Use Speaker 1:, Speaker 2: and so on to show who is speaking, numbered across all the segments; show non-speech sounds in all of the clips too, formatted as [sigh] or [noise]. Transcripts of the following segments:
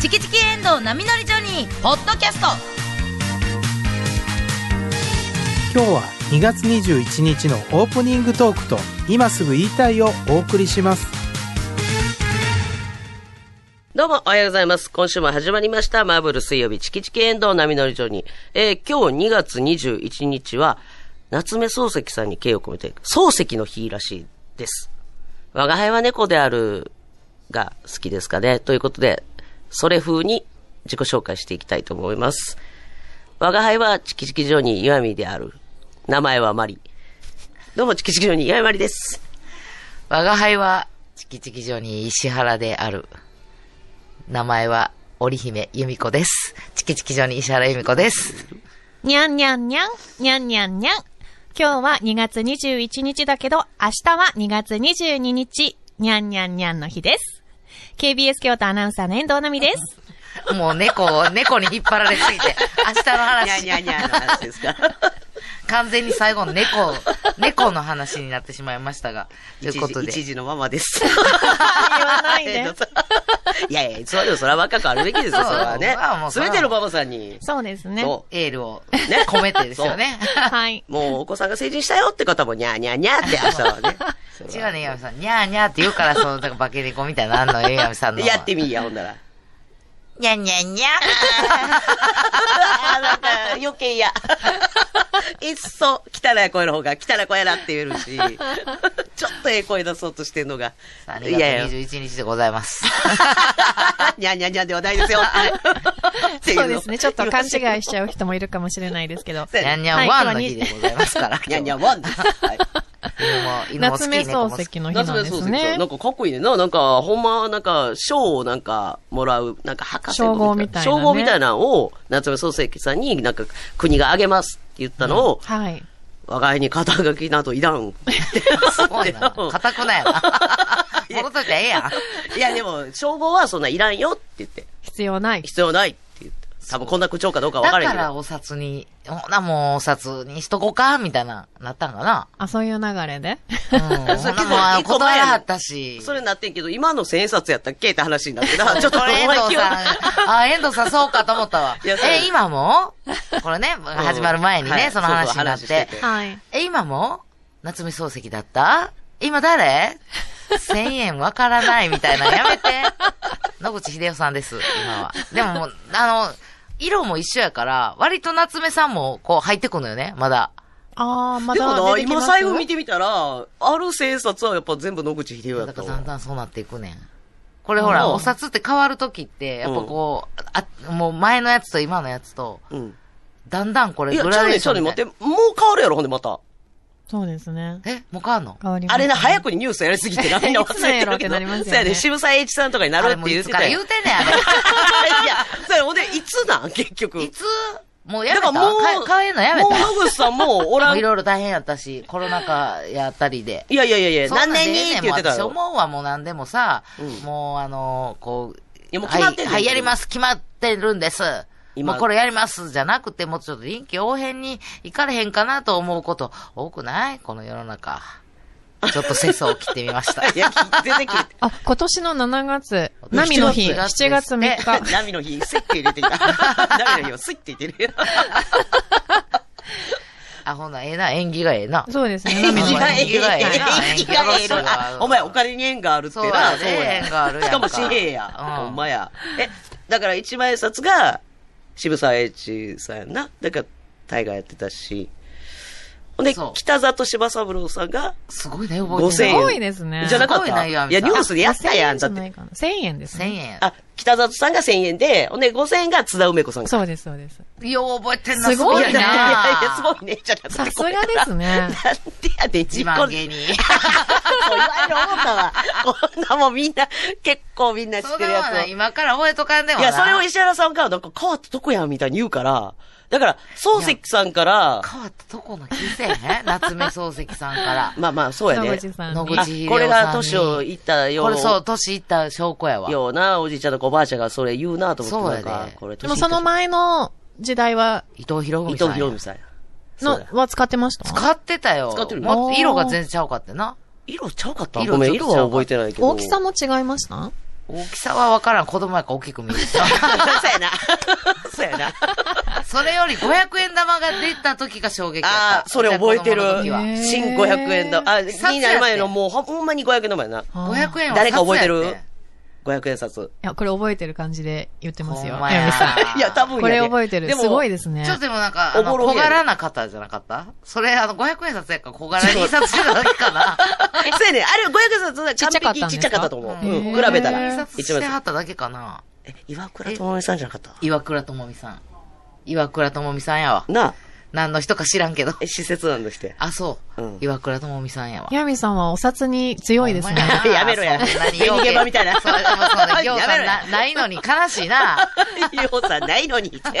Speaker 1: チキチキエンドウ波乗りジョニー」ポッドキャスト
Speaker 2: 今日は2月21日のオープニングトークと今すぐ言いたいをお送りします
Speaker 3: どうも、おはようございます。今週も始まりました。マーブル水曜日、チキチキエンドウ波乗り場に。えー、今日2月21日は、夏目漱石さんに敬意を込めて、漱石の日らしいです。我が輩は猫であるが好きですかね。ということで、それ風に自己紹介していきたいと思います。我が輩はチキチキジョニー、岩見である。名前はマリ。どうも、チキチキジョニー、岩見マリです。
Speaker 4: 我が輩は、チキチキジョニー石原である。名前は、織姫由美子です。チキチキジョニー石原由美子です。
Speaker 5: にゃんにゃんにゃん、にゃんにゃんにゃん。今日は2月21日だけど、明日は2月22日、にゃんにゃんにゃんの日です。KBS 京都アナウンサーの遠藤奈美です。
Speaker 4: もう猫を、猫に引っ張られすぎて、明日の話、
Speaker 3: にゃにゃにゃの話です [laughs] か。
Speaker 4: 完全に最後の猫、猫の話になってしまいましたが、ということで
Speaker 3: 一時、一時のまま [laughs] です。
Speaker 5: 言わないで
Speaker 3: いやいや、そうよ、それは若くあるべきですよ、それはね
Speaker 4: そうまあも。う
Speaker 3: す
Speaker 4: それ
Speaker 3: べ
Speaker 4: は
Speaker 3: てのママさんに。
Speaker 5: そうですね。
Speaker 3: そ
Speaker 4: エールを
Speaker 3: ね
Speaker 4: 込めてですよね。
Speaker 5: はい。
Speaker 3: う。もうお子さんが成人したよって方も、にゃーにゃーにゃーって、明日はね。それ
Speaker 4: [laughs] 違
Speaker 3: は
Speaker 4: うね、岩見さん。にゃーにゃーって言うから、その、だから化け猫みたいなのあんのよ、岩見さんの。
Speaker 3: やってみいや、ほんなら。
Speaker 4: にゃんにゃんにゃ
Speaker 3: あーなんか、余計や。 [laughs] いっそ、汚い声の方が、汚い声だって言えるし、ちょっとええ声出そうとしてんのが。
Speaker 4: ー
Speaker 3: いや
Speaker 4: 2
Speaker 3: いや、
Speaker 4: 月21日でございます。
Speaker 3: にゃーにゃーにゃーではないですよ。っていの
Speaker 5: そうですね。ちょっと勘違いしちゃう人もいるかもしれないですけど。
Speaker 3: [laughs] そう
Speaker 4: にゃ
Speaker 3: や
Speaker 4: ん
Speaker 3: ね
Speaker 4: にゃんワンの日でございます
Speaker 3: [laughs]
Speaker 4: から。
Speaker 3: にゃーにゃーワンです。はい
Speaker 4: 犬も、犬も好き、
Speaker 5: 夏目
Speaker 4: 猫も好
Speaker 5: 漱
Speaker 4: き。
Speaker 5: 石の日
Speaker 3: 夏
Speaker 5: な
Speaker 3: 目
Speaker 5: んです
Speaker 3: 漱石
Speaker 5: ね
Speaker 3: なん。かかっこいいねんな。なんか、ほんま、なんか、賞をなんか、もらう、なんか、博士の
Speaker 5: 称号みたいなね
Speaker 3: 称号みたいなのを、夏目漱石さんになんか、国があげますって言ったのを、
Speaker 5: はい。
Speaker 3: 我が家に肩書きなどいらん。
Speaker 4: すごいな。かたくなやな。戻っといてええやん。
Speaker 3: いや、でも、称号はそんないらんよって言って、
Speaker 5: 必要ない。
Speaker 3: 必要ないって言って。多分こんな口調かどうかわ
Speaker 4: だ
Speaker 3: か
Speaker 4: から
Speaker 3: へんけ
Speaker 4: ら
Speaker 3: ど。
Speaker 4: お札に、ほなもうお札にしとこうか、みたいな、なったんかな。
Speaker 5: あ、そういう流れで。
Speaker 4: う
Speaker 3: [laughs]
Speaker 4: ん。
Speaker 3: そ
Speaker 4: ほ
Speaker 3: れ
Speaker 4: な
Speaker 3: 結
Speaker 4: もう
Speaker 3: 構
Speaker 4: あ
Speaker 3: 一個
Speaker 4: 断
Speaker 3: 前
Speaker 4: ら
Speaker 3: や
Speaker 4: はったし。
Speaker 3: それなってんけど、今の千円札やったっけって話になってな。ちょっと
Speaker 4: これ遠
Speaker 3: お前
Speaker 4: 藤
Speaker 3: 気を
Speaker 4: さん、あ、遠藤さんそうかと思ったわ。
Speaker 3: いやそうや
Speaker 4: え、今もこ
Speaker 3: [laughs]
Speaker 4: れね、始まる前に
Speaker 3: は
Speaker 4: ね、
Speaker 3: い
Speaker 4: その話になっ
Speaker 3: そうそう話して
Speaker 4: て。
Speaker 3: て
Speaker 5: はい。
Speaker 4: え、今も夏目漱石だった今誰千円わからないみたいなのや
Speaker 3: [laughs]
Speaker 4: めて。野口秀夫さんです、今は。でももう、あの、色も一緒やから、割と夏目さんもこう入ってくるのよね、まだ。
Speaker 5: あー、ま
Speaker 3: でも
Speaker 5: だ
Speaker 3: な、
Speaker 5: 出てき
Speaker 3: 今
Speaker 5: ます。
Speaker 3: 財布見てみたら、ある千円札はやっぱ全部野口秀夫や
Speaker 4: だ
Speaker 3: っ
Speaker 4: か
Speaker 3: た
Speaker 4: ら
Speaker 3: わ
Speaker 4: だんだんそうなっていくねん。これほら、
Speaker 3: うん
Speaker 4: お札って変わるときって、やっぱこう、あ、もう前のやつと今のやつと、
Speaker 3: うん。
Speaker 4: だんだんこれ
Speaker 3: いや、ち
Speaker 4: グ
Speaker 3: ょ
Speaker 4: ラデー
Speaker 3: ね、
Speaker 4: シ
Speaker 3: ち
Speaker 4: ョ
Speaker 3: ょ
Speaker 4: ン
Speaker 3: ね、
Speaker 4: み
Speaker 3: 待
Speaker 4: た
Speaker 3: って、
Speaker 4: い
Speaker 3: もう変わるやろ、ほんでまた。
Speaker 5: そうですね。
Speaker 4: な。え、もう変わんの
Speaker 5: 変わります
Speaker 3: あ
Speaker 5: ね
Speaker 3: れな、早くにニュースやりすぎてな、みんな忘れてるけ
Speaker 5: いつのやろうって
Speaker 3: ど。
Speaker 5: なりますよね
Speaker 3: そうやね、渋沢栄一さんとかにな
Speaker 4: あ
Speaker 3: る
Speaker 4: れ
Speaker 3: っ
Speaker 4: も
Speaker 3: て
Speaker 4: う
Speaker 3: 言
Speaker 4: い
Speaker 3: っ
Speaker 4: つ
Speaker 3: て
Speaker 4: から
Speaker 3: た
Speaker 4: 言
Speaker 3: よ。
Speaker 4: うてんねん、あれ。
Speaker 3: [laughs] いや、それほんで、 [laughs] いつなん、結局。
Speaker 4: いつ、もうや
Speaker 3: だ
Speaker 4: め
Speaker 3: か
Speaker 4: た
Speaker 3: らもう、
Speaker 4: か変えんのやめた
Speaker 3: もう野口さんもおら
Speaker 4: も
Speaker 3: ん。
Speaker 4: うい
Speaker 3: い
Speaker 4: ろいろ大変やったし、コロナ禍やったりで。
Speaker 3: やいやいやいや、
Speaker 4: そんなん
Speaker 3: 何
Speaker 4: でえ
Speaker 3: 年
Speaker 4: え
Speaker 3: に
Speaker 4: ねん
Speaker 3: って言ってた
Speaker 4: もう
Speaker 3: よ
Speaker 4: 私。思うわ、もう何でもさ、
Speaker 3: うん
Speaker 4: もうあのーこう、
Speaker 3: いやもう決まってんねん
Speaker 4: はい、はい、やります、決まってるんです。
Speaker 3: 今
Speaker 4: もうこれやります、じゃなくて、もうちょっと臨機応変に行かれへんかなと思うこと多くないこの世の中。ちょっと世相を切ってみま [laughs] した。
Speaker 3: いや、全然 [laughs] 聞いて。
Speaker 5: あ、今年の7月、波の日、
Speaker 4: 7月
Speaker 5: 7月3日。
Speaker 3: 波の日、スイッて入れてきた。 [laughs] 波の日をスイッて入れてる。
Speaker 4: あ、ほな、ええな、縁起がええな。
Speaker 5: [laughs] そうですね。
Speaker 4: 意味
Speaker 5: 波の
Speaker 4: がええ
Speaker 5: 日。
Speaker 3: 生きがええな。お前、お金に縁があるってな。しかも紙幣や。ほんまや。え、だから一万円札が渋沢栄一さんやんな。だから、大河やってたし。ほんで、北里柴三郎さんが
Speaker 4: すごいね、覚え
Speaker 3: 5000
Speaker 4: て
Speaker 3: 円。
Speaker 4: る。
Speaker 5: すごいですね
Speaker 3: じゃなかった。いや、ニュースでやったやん。
Speaker 5: じ
Speaker 3: だ
Speaker 5: ゃ
Speaker 3: っ
Speaker 5: な
Speaker 3: て。
Speaker 5: いかな。1000円です
Speaker 4: 1000
Speaker 5: ね。
Speaker 4: 円。
Speaker 3: あ、北里さんが1000円で、ほんで5000円が津田梅子さん
Speaker 5: そうです、そうです。
Speaker 4: よう覚えてんな、
Speaker 5: すごい
Speaker 3: や、
Speaker 5: な
Speaker 3: いやいや、すごいね。じゃな
Speaker 5: さすがですね
Speaker 3: なん。でやねん、
Speaker 4: 一
Speaker 3: 実行 [laughs]
Speaker 4: 番芸人。
Speaker 3: そう言われる思ったわ。こんなもんみんな、結構みんな知っ
Speaker 4: そ
Speaker 3: て
Speaker 4: れ
Speaker 3: るや
Speaker 4: は
Speaker 3: つ
Speaker 4: な
Speaker 3: を。い
Speaker 4: 今から覚えとかんでもな。
Speaker 3: や、それを石原さんからなんか変わったとこやんみたいに言うから、だから、漱石さんから、
Speaker 4: 変わったとこの気せえへん [laughs] 夏目漱石さんから。
Speaker 3: まあまあ、そうやね。
Speaker 5: 野口さん
Speaker 4: 野口英
Speaker 5: に。
Speaker 4: 世さんに
Speaker 3: あこれが年をいったよう
Speaker 4: これそう、年いった証拠やわ。
Speaker 3: ような、おじいちゃんとおばあちゃんがそれ言うなと思って、
Speaker 4: そうや
Speaker 3: な
Speaker 4: で
Speaker 3: んか、これ
Speaker 5: でもその前の時代は、
Speaker 4: 伊藤博
Speaker 3: 伊
Speaker 4: 文さん
Speaker 3: 藤
Speaker 4: や。
Speaker 3: 博美さんや。そう
Speaker 5: の
Speaker 3: や、
Speaker 5: は使ってました
Speaker 4: 使ってたよ。
Speaker 3: 使ってる
Speaker 4: もっと色が全然ちゃうかってな。
Speaker 3: 色ちゃうかった
Speaker 4: 色
Speaker 3: ごめん、
Speaker 4: ちょっ
Speaker 3: 色
Speaker 4: とちゃうか
Speaker 3: は覚えてないけど。
Speaker 5: 大きさも違いました
Speaker 4: 大きさはわからん。子供やから大きく見える。
Speaker 3: [laughs] そうやな。 [laughs] そうやな。
Speaker 4: それより500円玉が出た時が衝撃やった。
Speaker 3: ああ、それ覚えてる
Speaker 4: 子供の時は。。
Speaker 3: 新500円だ。あ、
Speaker 4: 札やって
Speaker 3: になる前のもうほほんまに500円玉やな。
Speaker 5: あー
Speaker 4: 500円は
Speaker 3: 誰か覚えてる
Speaker 4: 札やって
Speaker 3: ?500 円札。
Speaker 5: いや、これ覚えてる感じで言ってますよ。
Speaker 4: ほんま
Speaker 5: や
Speaker 4: や
Speaker 5: めさん。
Speaker 4: あ
Speaker 3: [laughs]
Speaker 4: ー
Speaker 3: いや、多分や
Speaker 5: こ
Speaker 3: で
Speaker 5: れ覚えてる。
Speaker 3: ですも
Speaker 5: ごいですね
Speaker 4: ちょ。っとでもなんか、あ
Speaker 3: おぼ
Speaker 4: の
Speaker 3: ろげ
Speaker 4: 小
Speaker 3: やで
Speaker 4: 柄な方じゃなかったそれ、あの、500円札やから小柄に札してただけ
Speaker 3: [laughs]
Speaker 4: かな。
Speaker 3: そうやね。あれ、五百冊
Speaker 5: ちっちゃ
Speaker 3: 完
Speaker 5: かったん
Speaker 3: 璧
Speaker 5: ですか
Speaker 3: ちっちゃかったと思う。
Speaker 5: ん
Speaker 3: うん比べた
Speaker 5: へ
Speaker 3: ら。
Speaker 5: ー
Speaker 4: 印刷してはっただけかな。
Speaker 3: え、岩倉智美さんじゃなかった
Speaker 4: 岩倉智美さん。岩倉智美さんやわ。
Speaker 3: なあ、
Speaker 4: 何の人か知ら
Speaker 3: [laughs]
Speaker 4: んけど。
Speaker 3: え施設なんでして。
Speaker 4: あ、そう。
Speaker 3: うん
Speaker 4: 岩倉智美さんやわ。
Speaker 5: ヤミさんはお札に強いですね。
Speaker 4: ほんま
Speaker 3: やめろや
Speaker 4: そんなによう
Speaker 3: [laughs] 逃げ場みたいな
Speaker 4: [laughs] それでもそれ、よ
Speaker 3: [laughs]
Speaker 4: う
Speaker 3: や
Speaker 4: さ
Speaker 3: め
Speaker 4: ん
Speaker 3: ろや
Speaker 4: な、ないのに悲し
Speaker 3: [laughs]
Speaker 4: いな。
Speaker 3: ようさんないのに
Speaker 4: [laughs]
Speaker 3: って。知らん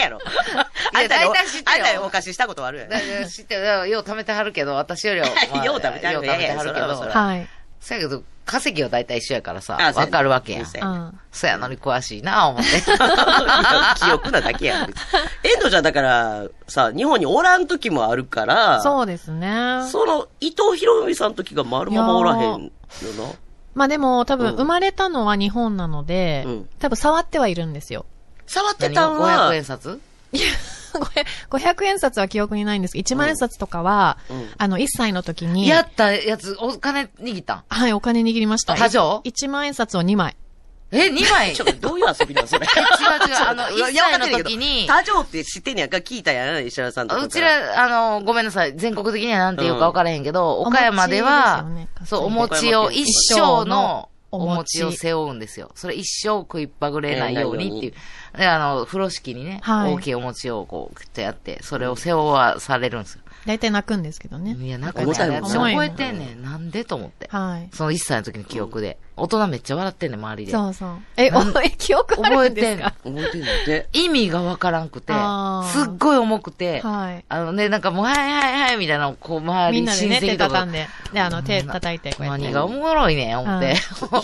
Speaker 3: やろ。あんたに
Speaker 4: 大体知って
Speaker 3: あ
Speaker 4: よ
Speaker 3: んたにお貸ししたことはあるやん
Speaker 4: だ。から知ってる、だからよう貯めてはるけど、私よ
Speaker 3: [laughs]
Speaker 4: りは。まあ
Speaker 3: よう貯めてはる
Speaker 4: よう
Speaker 3: ね
Speaker 4: 貯めてはるけ
Speaker 3: いやいやそ
Speaker 4: ど
Speaker 3: ら。
Speaker 5: はい。
Speaker 4: そやけど、稼ぎは大体一緒やからさ、
Speaker 3: あそうや
Speaker 4: わ
Speaker 3: ね
Speaker 4: かるわけやん
Speaker 3: う。るせえ
Speaker 5: うん。
Speaker 4: そやのに詳しいな、思って。
Speaker 3: [laughs] 記憶なだけやん。遠藤ちゃんだから、さ、日本におらん時もあるから、
Speaker 5: そうですね。
Speaker 3: その、伊藤博文さん時が丸ままおらへんよな。
Speaker 5: まあでも、多
Speaker 3: うん
Speaker 5: 分生まれたのは日本なので、
Speaker 3: うん
Speaker 5: 多分触ってはいるんですよ。 [laughs]
Speaker 3: 触って
Speaker 4: 何
Speaker 3: たん
Speaker 4: が
Speaker 3: は、
Speaker 4: 500円札
Speaker 5: 500円札は記憶にないんですけど、1万円札とかは、
Speaker 3: うん
Speaker 5: あの、1歳の時に、
Speaker 4: やったやつ、お金握ったん
Speaker 5: はい、お金握りました。
Speaker 4: 多少
Speaker 5: ?1 万円札を2枚。
Speaker 4: え、2枚
Speaker 3: [laughs] ちょっとどういう遊びなんそれ。違
Speaker 4: [laughs] 違う違う
Speaker 3: [laughs]
Speaker 4: あの一歳の時に
Speaker 3: 多情って知ってんねやんか、聞いたやん、石原さんとかから。
Speaker 4: うちら、あの、ごめんなさい。全国的にはなんて言うか分からへんけど、
Speaker 5: うん
Speaker 4: 岡山では、
Speaker 5: お餅ですよね
Speaker 4: そう、お餅を、
Speaker 3: 岡山県
Speaker 4: 一生の
Speaker 5: お
Speaker 4: お
Speaker 5: 餅
Speaker 4: 餅を背負うんですよ。それ一生食いっぱぐれないようにっていう。で、あの、風呂敷にね、
Speaker 5: はい
Speaker 4: 大きいお餅をこう、グッとやって、それを背負わされるんですよ。
Speaker 5: 大体泣くんですけどね。
Speaker 4: いや、なんか
Speaker 3: 重
Speaker 4: ね、
Speaker 3: たい
Speaker 4: あ
Speaker 3: もん
Speaker 4: れ
Speaker 3: ね
Speaker 4: 覚えてんねん。なんでと思って。
Speaker 5: はい。
Speaker 4: その1歳の時の記憶で。大人めっちゃ笑ってんねん、周りで。
Speaker 5: そうそう。え、
Speaker 4: なん
Speaker 5: おえ [laughs] 記憶あ
Speaker 4: 覚
Speaker 5: る
Speaker 4: え
Speaker 5: んで
Speaker 4: て
Speaker 5: す
Speaker 4: ん
Speaker 5: か
Speaker 3: 覚えてんのって。
Speaker 4: 意味がわからんくて、す
Speaker 5: あー
Speaker 4: っごい重くて、
Speaker 5: はい。
Speaker 4: あのね、なんかもう、はいはいはい、みたいなのをこう、周り
Speaker 5: みんなでね、
Speaker 4: 親
Speaker 5: 手
Speaker 4: 戚とか
Speaker 5: 畳んで。で、あの、手叩いて、こうやって
Speaker 4: 何。がおもろいねん、思って。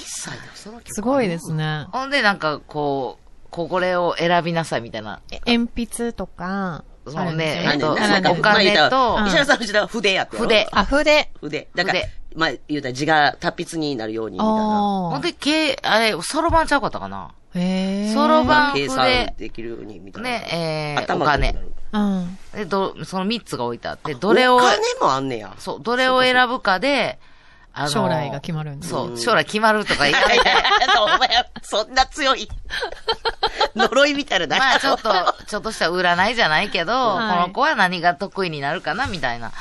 Speaker 3: 歳でその曲
Speaker 5: すごいですね。
Speaker 4: ほんで、なんか、こう、こうこれを選びなさい、みたいな。
Speaker 5: え鉛筆とか、
Speaker 4: そ
Speaker 5: あ
Speaker 4: の
Speaker 5: るんです
Speaker 4: ね、
Speaker 5: よ
Speaker 4: えっと、
Speaker 3: あ
Speaker 5: な
Speaker 3: そ
Speaker 5: ん
Speaker 3: う
Speaker 5: で
Speaker 3: か
Speaker 4: お金と
Speaker 5: う、ん
Speaker 3: 石原さんの時代は筆やったよ
Speaker 4: 筆
Speaker 5: あ、筆。
Speaker 3: 筆。だから
Speaker 4: 筆、
Speaker 3: まあ、言うたら字が達筆になるように、みたいな。
Speaker 5: お
Speaker 4: ほ
Speaker 5: ー
Speaker 4: んで、けあれ、そろばんちゃうかったかな。
Speaker 5: へー
Speaker 4: そろばん
Speaker 3: 計算できるように、みたいな。
Speaker 4: ね、えー、お
Speaker 3: 頭が良くな
Speaker 4: 金
Speaker 3: る。
Speaker 5: うん。
Speaker 4: で、ど、その3つが置いてあって、どれを
Speaker 3: お、金もあんねや。
Speaker 4: そう、どれを選ぶかで、あの
Speaker 5: 将来が決まるんです
Speaker 4: そう、将来決まるとか言われて、
Speaker 3: お前、そんな強い。呪いみたいなのない。
Speaker 4: まあちょっと、ちょっとした占いじゃないけど、
Speaker 5: はい
Speaker 4: この子は何が得意になるかな、みたいな。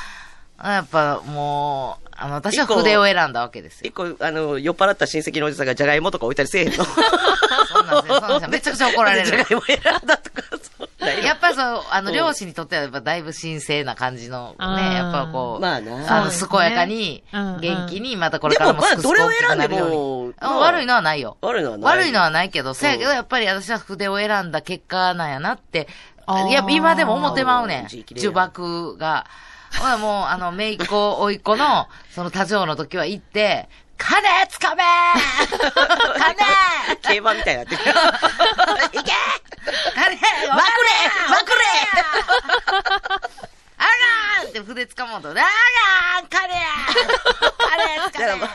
Speaker 4: やっぱもう、あの、私は
Speaker 3: 一個
Speaker 4: 筆を選んだわけですよ。
Speaker 3: 一個、あの、酔っ払った親戚のおじさんがじゃがいもとか置いたりせえへんの。
Speaker 4: そうなん
Speaker 3: [laughs]
Speaker 4: ですよ、そうなんですよ。めちゃくちゃ怒られ
Speaker 3: じゃ
Speaker 4: る
Speaker 3: が。いも選んだとか、そうだよ
Speaker 4: やっぱりそう、あ
Speaker 3: う
Speaker 4: の、
Speaker 3: ん
Speaker 4: 両親にとってはやっぱだいぶ神聖な感じの、ね、
Speaker 5: あー
Speaker 4: やっぱこう、
Speaker 3: まあな
Speaker 4: あ
Speaker 5: そう
Speaker 4: の、
Speaker 5: ですね
Speaker 4: 健やかに、
Speaker 5: うんうん
Speaker 4: 元気に、またこれから
Speaker 3: で
Speaker 4: も
Speaker 3: もまあ
Speaker 4: すくすく大きくなるように
Speaker 3: どれを選んでも
Speaker 4: あ
Speaker 3: まあ
Speaker 4: 悪いのはないよ。
Speaker 3: 悪いのはない
Speaker 4: 悪いのはないけど、せやけど、やっぱり私は筆を選んだ結果なんやなって、
Speaker 5: あー
Speaker 4: いや、今でも思ってまうね
Speaker 3: うん
Speaker 4: ん。
Speaker 3: 字綺麗や
Speaker 4: 呪縛が。ほらもう、あの、めいっ子、おいっ子の、その、多情の時は行って、金つかめー金
Speaker 3: 競馬みたいになってる。いけ
Speaker 4: [laughs]
Speaker 3: ま
Speaker 4: 金
Speaker 3: くれまく
Speaker 4: あらーんって筆つかもうと、あらーん金金つ
Speaker 5: [laughs]
Speaker 4: かめー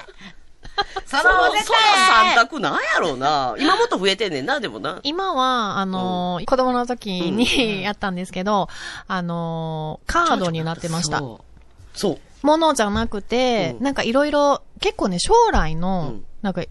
Speaker 4: そ
Speaker 3: れそ
Speaker 4: の
Speaker 3: の、
Speaker 4: 絶対
Speaker 3: その三択なんやろうな。今もっと増えてんねんな、でもな。
Speaker 5: 今は、あのー子供の時にやったんですけど、あのーカードになってました。
Speaker 4: そう
Speaker 3: そう。
Speaker 5: ものじゃなくて、
Speaker 3: うん
Speaker 5: なんかいろいろ、結構ね、将来の、
Speaker 3: うん
Speaker 5: なんか、